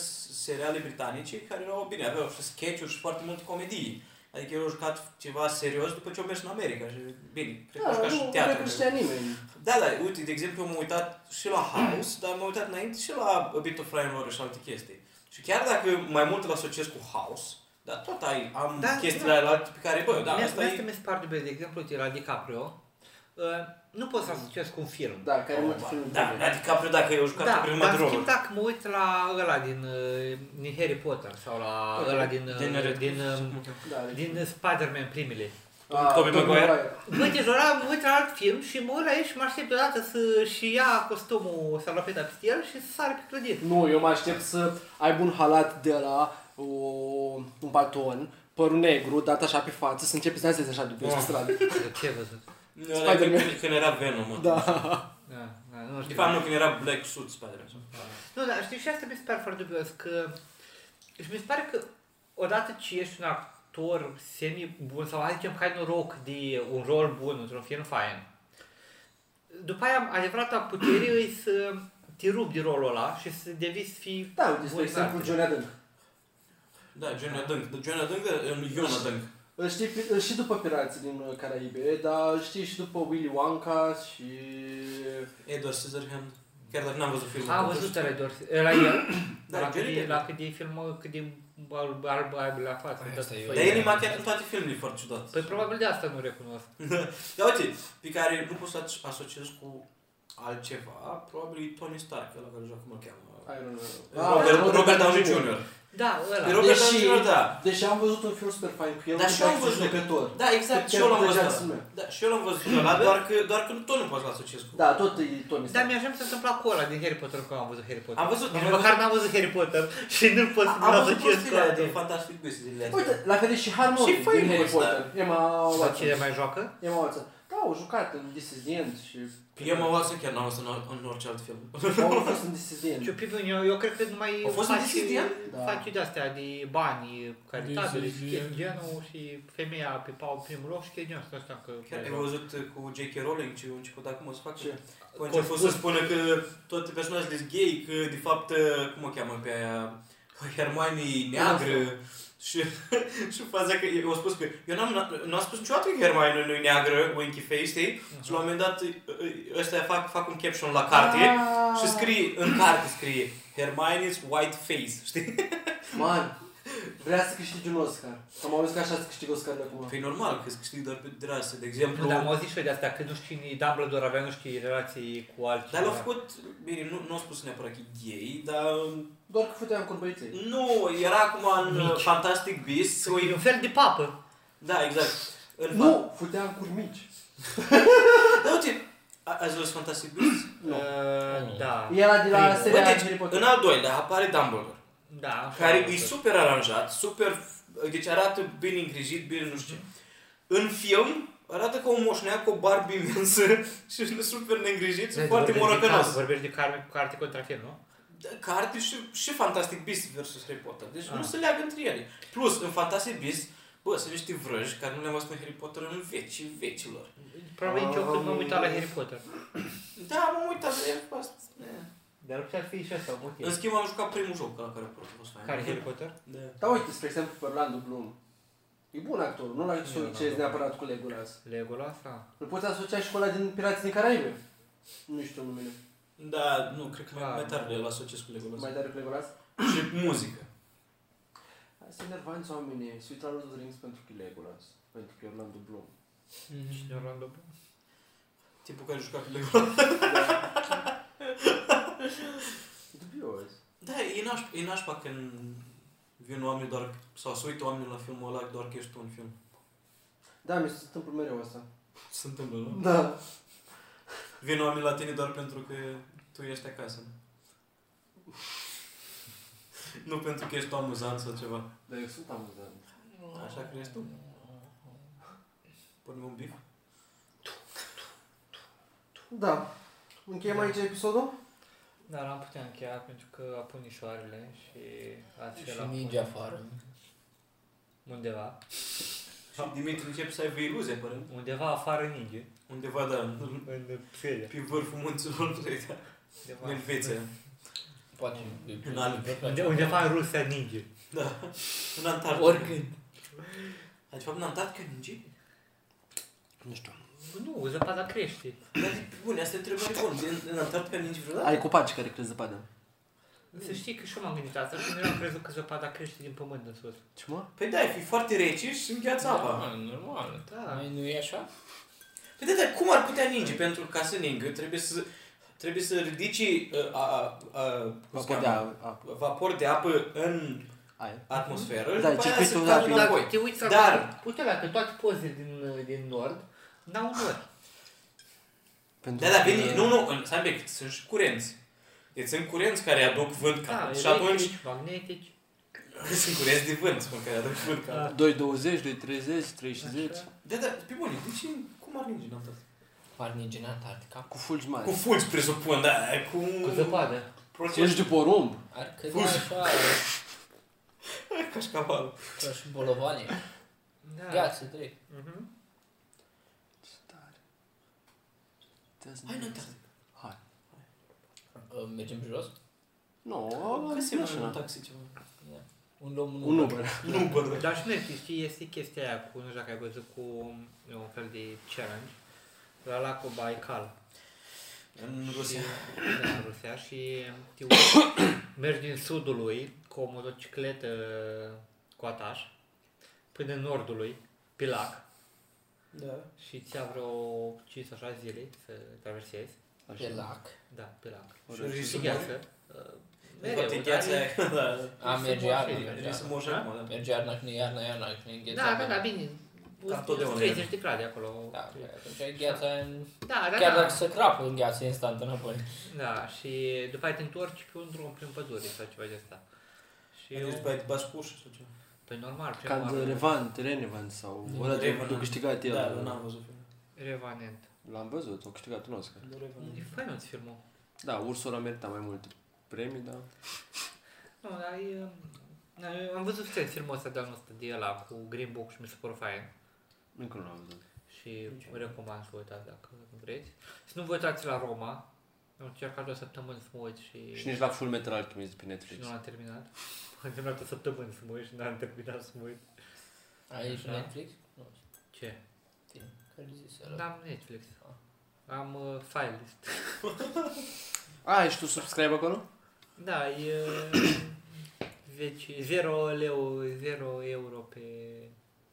seriale britanice care erau bine, aveau și sketch-uri și foarte multe comedii. Adică el a jucat ceva serios după ce a mers în America și bine, cred că a Da, jucat nu și nu teatru. recunoștea nimeni. Da, da, uite, de exemplu, eu m-am uitat și la House, dar m-am uitat înainte și la A Bit of Ryan Laurie și alte chestii. Și chiar dacă mai mult îl asociez cu House, dar tot ai, am Da, da, chestiile da. alea pe care, bă, da, mi asta asta e... mi se pare de, de exemplu, uite, la DiCaprio, uh, nu poți să asociezi cu un film. Da, care multe Oh, filme. Da, bune. da, DiCaprio dacă eu jucat da, Da, prima dar în roluri. schimb dacă mă uit la ăla din, uh, din Harry Potter sau la Ok. ăla din, uh, Din Red- din, uh, da. deci- din Spider-Man primele. Ah, Tobey Tobey Maguire. Bă, deci ăla mă uit la alt film și mă uit la el și mă aștept deodată să și ia costumul sau la peta peste el și să sară pe clădire. Nu, eu mă aștept să aibă un halat de la un baton, părul negru, dat așa pe față, să începe să danseze așa de pe Ah. stradă. Ce ai văzut? Ăla e Spider-Man. când- Când era Venom, mă. Da. Da, da, nu De știu. fapt, nu, când era Black Suit Spider-Man. Nu, dar știi și asta mi se pare foarte dubios, că și mi se pare că odată ce ești un actor semi-bun sau hai să zicem că ai noroc de un rol bun într-un film fain, după aia adevărata putere e să te rupi de rolul ăla și să devii să fii Da, uite, spre bun în exemplu, arte. Johnny Adânc. Da, Johnny Adânc. Da, Johnny Adânc, da, în Ion Adânc. Îl știi pe- îl și după Pirații din uh, Caraibe, dar îl știi și după Willy Wonka și... Edward Scissorhand. Chiar dacă n-am văzut filmul. Da, Am totuși. văzut ăla doar, la el, Da, la, cât Johnny de, Depp. la cât de film, cât de alb, alb, alb la față. Păi, tot Asta e felul. o Dar el e machiat în toate filmele foarte ciudat. Păi probabil de asta nu recunosc. Dar uite, pe care nu poți să asociez cu altceva, probabil e Tony Stark, ăla care joacă, cum îl cheamă. Da. Iron Man. Ah, Robert, Robert Downey Jr. Da, ăla. E Robert Deși- Downey Jr., da. Deși Deci am văzut un film super fain cu el, Dar cu și eu am Jackson văzut. Jucător. Da, exact, și Chiar eu l-am cu văzut Jackson ăla. Man. Da, și eu l-am văzut ăla, doar că, doar că tot nu poți să-l asociez cu Da, tot e Tony Dar Stark. mi-așa mi s-a întâmplat cu ăla din adică Harry Potter că am văzut Harry Potter. Am văzut, Nici am măcar n-am văzut Harry Potter și nu pot să-l Am văzut asociez cu postile de altul. Fantastic Beasts zilele astea. Uite, la fel e și Harmony Și da. din Harry Famous, Potter. Emma Sau cine Watson. mai joacă? Emma Watson. Da, au jucat în This is the End și... Eu mă Watson chiar n-am văzut în, or- în orice alt film. Au fost în This is the End. Ciupitul, eu, eu cred că nu mai Au fost face- decizie? Da. Face de-astea de bani, caritabile și Decizie. chestii, genul și femeia pe pau primul loc și chestii genul ăsta ăsta că... Chiar ai văzut uh, cu J.K. Rowling ce a început acum să facă? Ce? Că a început să spună că toate personajele sunt gay, că de fapt, uh, cum o cheamă pe aia, Hermione e neagră. Și, și faza că eu au spus că eu n-am, n-am spus niciodată că Hermione nu e neagră, winky face, știi? Și la un moment dat uh, uh, ăstea fac, fac un caption la carte Ah. și scrie, în carte scrie Hermione's white face, știi? Man, vrea să câștigi un Oscar. Am auzit că așa se câștigă Oscarul acum. Păi normal, că îți câștigi doar pe de rasă, de exemplu. Nu, dar am auzit și eu de astea, că nu știu cine Dumbledore avea nu știu relații cu altcineva. Dar l-au făcut, bine, nu, nu am spus neapărat că e gay, dar um, Doar că futeam cu băieții. nu, era acum în uh, Mici. Fantastic Beasts, o- E un fel de papă. da, exact. În Fa- Nu, futeam cu mici. Da, uite, a- ați văzut Fantastic Beasts? Nu. Uh, da. Era de la Primul. seria Bă, deci, Harry Potter. În al doilea apare Dumbledore, Da. așa care am e văzut. super aranjat, super, deci arată bine îngrijit, bine nu știu ce. În film, arată ca un moșneac cu o barbie imensă și super neîngrijit, Da, foarte vorbești de morocănos. carte, Vorbești de car- carte contra film, nu? Da, carte și, și Fantastic Beasts versus Harry Potter. Deci Ah. nu se leagă între ele. Plus, în Fantastic Beasts, bă, sunt niște vrăji care nu le-am văzut în Harry Potter în vecii vecilor. Probabil nici eu când m-am uitat la Harry Potter. Da, m-am uitat la el pe asta. Dar ar putea fi și asta un În schimb, am jucat primul joc la care a apărut, a fost fain. Care Harry Potter? Da. Dar uite, spre exemplu, pe Orlando Bloom. E bun actor, nu-l Orlando asociezi Bloom. neapărat cu Legolas. Legolas? Da. Îl poți asocia și cu ăla din Pirații din Caraibe. Nu știu numele. Da, nu, cred că mai, Da. mai tare îl asociez cu Legolas. Mai tare cu Legolas? Și muzică. Hai să enervanți oamenii, se uită la Lord of the Rings pentru că e Legolas. Pentru că e Orlando Bloom. Și de Orlando Bloom. Tipul care juca cu Legolas. E dubios. Da, e nașpa, e nașpa când vin oameni doar, sau se uită oamenii la filmul ăla doar că ești tu în film. Da, mi se întâmplă mereu asta. Se întâmplă, nu? Da. Vin oameni la tine doar pentru că tu ești acasă. Nu pentru că ești tu amuzant sau ceva. Dar eu sunt amuzant. Așa crezi tu? Punem un bif? Da. Încheiem aici episodul? Dar am Da, putea încheia pentru că apun nișoarele și ați Și la ninge afară. Undeva. Și Dimitri începe să aibă iluzie, părând. Undeva afară ninge. Undeva, da, În Suedia. pe vârful munților, cred, da. Undeva- în Elveția. Poate În alb. Unde, undeva în Rusia ninge. Da, în Antarctica. Oricând. Dar de fapt în Antarctica ninge? Nu știu. Nu, zăpada crește. Dar bune, asta e întrebare bună. În, în Antarctica ninge vreodată? Ai copaci care crezi zăpadă. Să știi că și eu m-am gândit asta și nu am crezut că zăpada crește din pământ în sus. Ce mă? Păi da, e fi foarte rece și îngheață Da. apa. Da, Normal, normal. Da. Mai nu e așa? Păi da, dar cum ar putea ninge? Pentru ca să ningă trebuie să, trebuie să ridici uh, a, a, a, cum se Vapor de cheamă? a- vapor de apă în aer. atmosferă Da, și după aia circuitul să da, cadă bine. înapoi. Dacă te uiți Dar- acolo, uite la că toate pozele din, din nord n-au nori. Pentru Da, da, că- vine, nu, nu, în, stai un pic, sunt și curenți. Deci sunt curenți care aduc vânt Da, ca și atunci electrici, Da, magnetici. sunt curenți de vânt, spun care aduc vânt ca 220, 230, 360. Așa. Da, da, pe bune, de ce, cum ar ninge în Antarctica? Par ninge în Antarctica. Cu fulgi mari. Cu fulgi, presupun, da, cu... Cu zăpadă. Proces Fulgi de porumb. Ar cădea Fugi. așa, cașcaval. ca și bolovane. Da. Gheață, direct. Mhm. Hai, nu, Hai. Uh, Mergem jos? Nu, Găsim așa. un taxi ceva. Un luăm Un Uber. Nu, bă, da. Dar și merge, știi, este chestia aia cu, nu știu dacă ai văzut, cu un fel de challenge la lacul Baikal. În Și, Rusia. da, în Rusia și te uiți, mergi din sudul lui cu o motocicletă cu ataș până în nordul lui, pe lac, Da. și ți ia vreo 5 sau 6 zile să traversezi. Pe lac. Da, pe lac. Și Oricum. risc Și să gheață. uh, Mereu, Poate dar gheața e- aia. Da. A, merge moare iarna, și merge Trebuie să iarna. mă joc, mă, da. Merge iarna, când e iarna, iarna, când e gheața. Da, da, iarna. da, bine. Ca totdeauna 30 de grade acolo. Da, păi atunci ai gheața în... Da, da, Chiar da. dacă se crapă în gheață instant înapoi. Da, și după aia te întorci pe un drum prin pădure sau ceva de asta. Și Deci după eu, aia te bași cu ușa sau ceva. pe normal, Ca prima în oară, Revan, Renevan sau Din ăla de, Revan. de câștigat el. Da, eu n-am văzut filmul. Revanent. L-am văzut, o câștigat un Oscar. E fainut filmul. Da, ursul a meritat mai multe premii, dar... Nu, dar e... um, eu Am văzut puțin filmul ăsta de anul ăsta de ăla cu Green Book și mi se părut fain. Încă nu l-am văzut. Și Deci- vă recomand să vă uitați dacă vreți. Să nu vă uitați la Roma. Am încercat o săptămână să mă uit și, Și nici la Full Metal Alchemist pe și Netflix. nu l-am terminat. Am terminat o săptămână să mă uit și n-am terminat să mă uit. Aici Da. Netflix? Nu. Ce? Tine. Care ziseară? N-am Netflix. Am uh, file list. A, ești tu subscribe acolo? Da, e... Deci 0 leu, 0 euro pe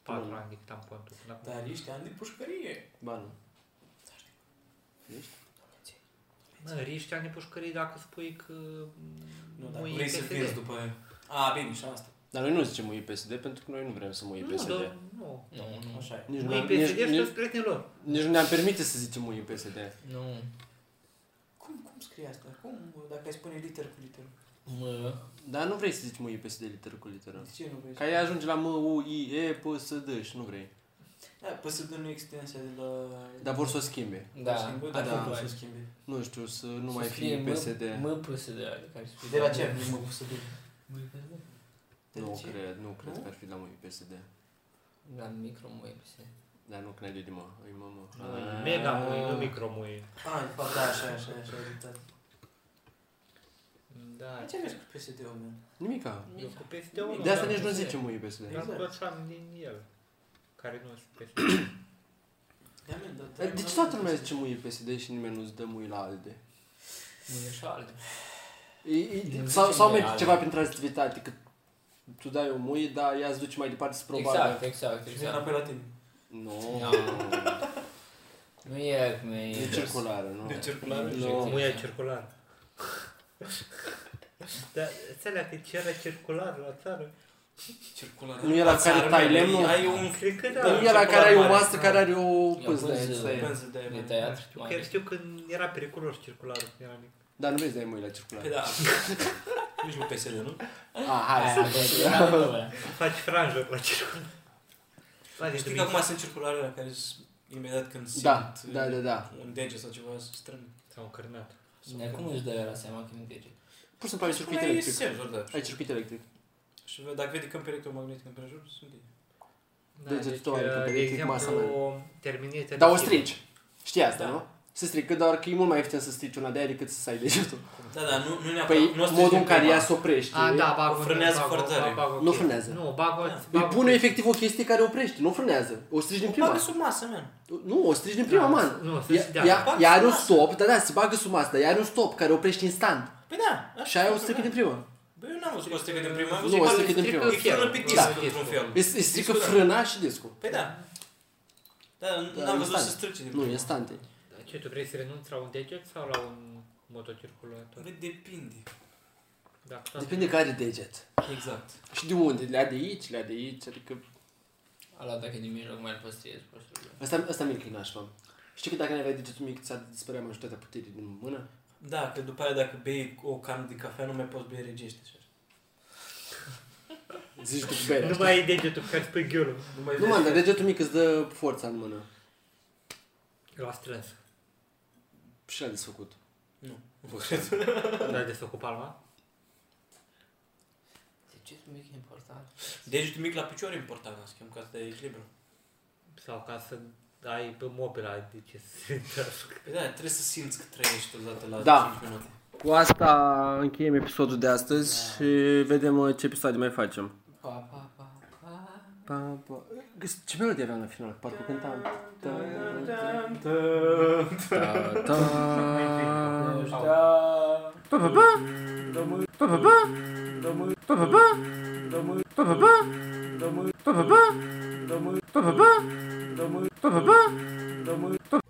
4 Mm. ani decât am contul. Până acum. Dar ești ani de pușcărie. Ba nu. Mă, riști ani de pușcării dacă spui că... Nu, dar mâine vrei să PSD. pierzi dă-o. după aia. A, bine, și asta. Dar noi nu zicem ui PSD pentru că noi nu vrem să mui Nu, PSD. dar nu. Nu, nu. Așa e. Nici nu, Mâine ne-am- nici, PSD și nici, toți prietenii lor. nici nu ne-am permite să zicem ui PSD. Nu. Cum, cum scrie asta? Cum, dacă ai spune liter cu liter? Mă. Dar nu vrei să zici ui PSD literă cu literă. De ce nu vrei? Ca ea ajunge la M, U, I, E, P, S, D și nu vrei. Da, PSD nu e extensia de la... Dar vor să o schimbe. Da. Da, A, da. da, vor să schimbe. Nu știu, să nu Să mai scrie fie PSD. Mă, mă PSD. adică ar fi- De la ce? Nu mă PSD. Mă PSD? Nu De ce? cred, nu cred Nu? că ar fi la mui PSD. La micro mă PSD. Dar nu când ai de mă, ai mă, Ah. mă. Mui, Mega mui, nu micro mui. A, de fapt, da, așa, așa, așa, uitat. Da. Dar ce vezi cu PSD-ul, man? Nimica. Eu cu PSD-ul De asta da, nici nu PSD. zicem mui PSD. Am Exact. învățat din el. Care nu sunt PSD. Da, man, dar- Dar Păi, Eh, De ce toată lumea zice mui PSD și nimeni nu-ți dă mui la ALDE? Nu e așa alb. E, e, Nu sau zice sau mie merge ALDE. ceva prin tranzitivitate, că tu dai o muie, dar ea îți duce mai departe spre o exact. Exact, exact, Și vine exact. înapoi la tine. Nu, Nu. Nu e cum e. e circulară, nu? De circulară? Nu. Nu. Muia circular. Dar înțeleg că ce era circular la țară? Circulară. Nu e la care Țară, tai man, lemnul? da. Ai un Cred că da. Dar nu Da, e la circular care ai o mare. masă care are o E o pânză. pânză. asta e. pânză de aia, E man. Da, tăiat. știu, chiar știu când era periculos circularul când era mic. Dar nu vezi de ai mâini la Păi circulară. da. Nici nu PSD, nu? A, Ah, hai, Aia, să bă, era de două ăla. Faci franjă la circul. Faci Știi că acum sunt circularele care sunt imediat când simt Da, uh, da, da, da. un dege sau ceva să strâng. Sau un cârnat. Dar cum își dă era seama când dege? Pur și simplu ai circuit Mai e electric. senzor, da. Ai circuit electric. Și vede- dacă vede câmp electromagnetic în prejur, sunt ei. Degetul ăla, că Da, deci, uh, de electric masa mea. exemplu, terminator. Dar o strici. Știi asta, Da. nu? Se strică, doar că e mult mai ieftin să strici una de aia decât să ai degetul. Da, da, nu, nu neapărat. Păi nu o să modul zicem în care prima. ea se oprește. A, da, bag O un- frânează bag un- foarte tare. bag un Nu chip. frânează. Nu, bag o... Da. Îi bag un pune chip. efectiv o chestie care oprește, nu frânează. O strici din O bagă prima. sub masă, man. Nu, o strici din prima, man. Nu, să Ea, da. ea, Fac ea are un asta. stop, da, da, se bagă sub asta, ea are un stop care oprește instant. Păi da, așa. Și aia o strică din prima. Băi, eu n-am văzut că o strică din prima. am Nu, văzut o că strică din strică prima. E frână pe Da. disc, într-un fel. Îi îi strică Discul, da. frâna și discul. Păi da. Da, n-am văzut instant. să strâce din Nu, prima. instant. e. Ce, tu vrei să renunți la un deget sau la un motocirculator? Da, Băi, Păi depinde. Dacă tot- Depinde care deget. Exact. Și de unde, le de aici, le de aici, adică... Ala dacă e din mijloc mai îl păstrezi, poți să-l iei. Asta, asta mi-e crinaj, mă. Știi că dacă n-aveai degetul mic, ți-ar dispărea majoritatea puterii din mână? Da, că după aia dacă bei o cană de cafea, nu mai poți bei regește. așa. Zici tu cu berea. Nu știi? mai e degetul pe care spui ghiulul. Nu mai Nu, mă, vezi. dar degetul mic îți dă forța în mână. Eu a strâns. Și l-a desfăcut. Nu cred. Dar de cu palma? Degetul mic e important. Degetul mic la picior e important, în schimb, ca să dai echilibru. Sau ca să dai pe mobila de ce se întâmplă. Păi da, trebuie să simți că trăiești odată la Da. 5 minute. Cu asta încheiem episodul de astăzi și vedem uh, ce episoade mai facem. Pa, pa, pa, pa. Pa, pa. Ce melodie aveam la final? Parcă cântam. Ta, ta, ta, ta. Pa, pa, pa. Pa, pa, pa. Pa, pa, pa. Pa, pa, pa. Pa, pa, pa. Pa, pa, pa. Pa, pa, pa. Pa,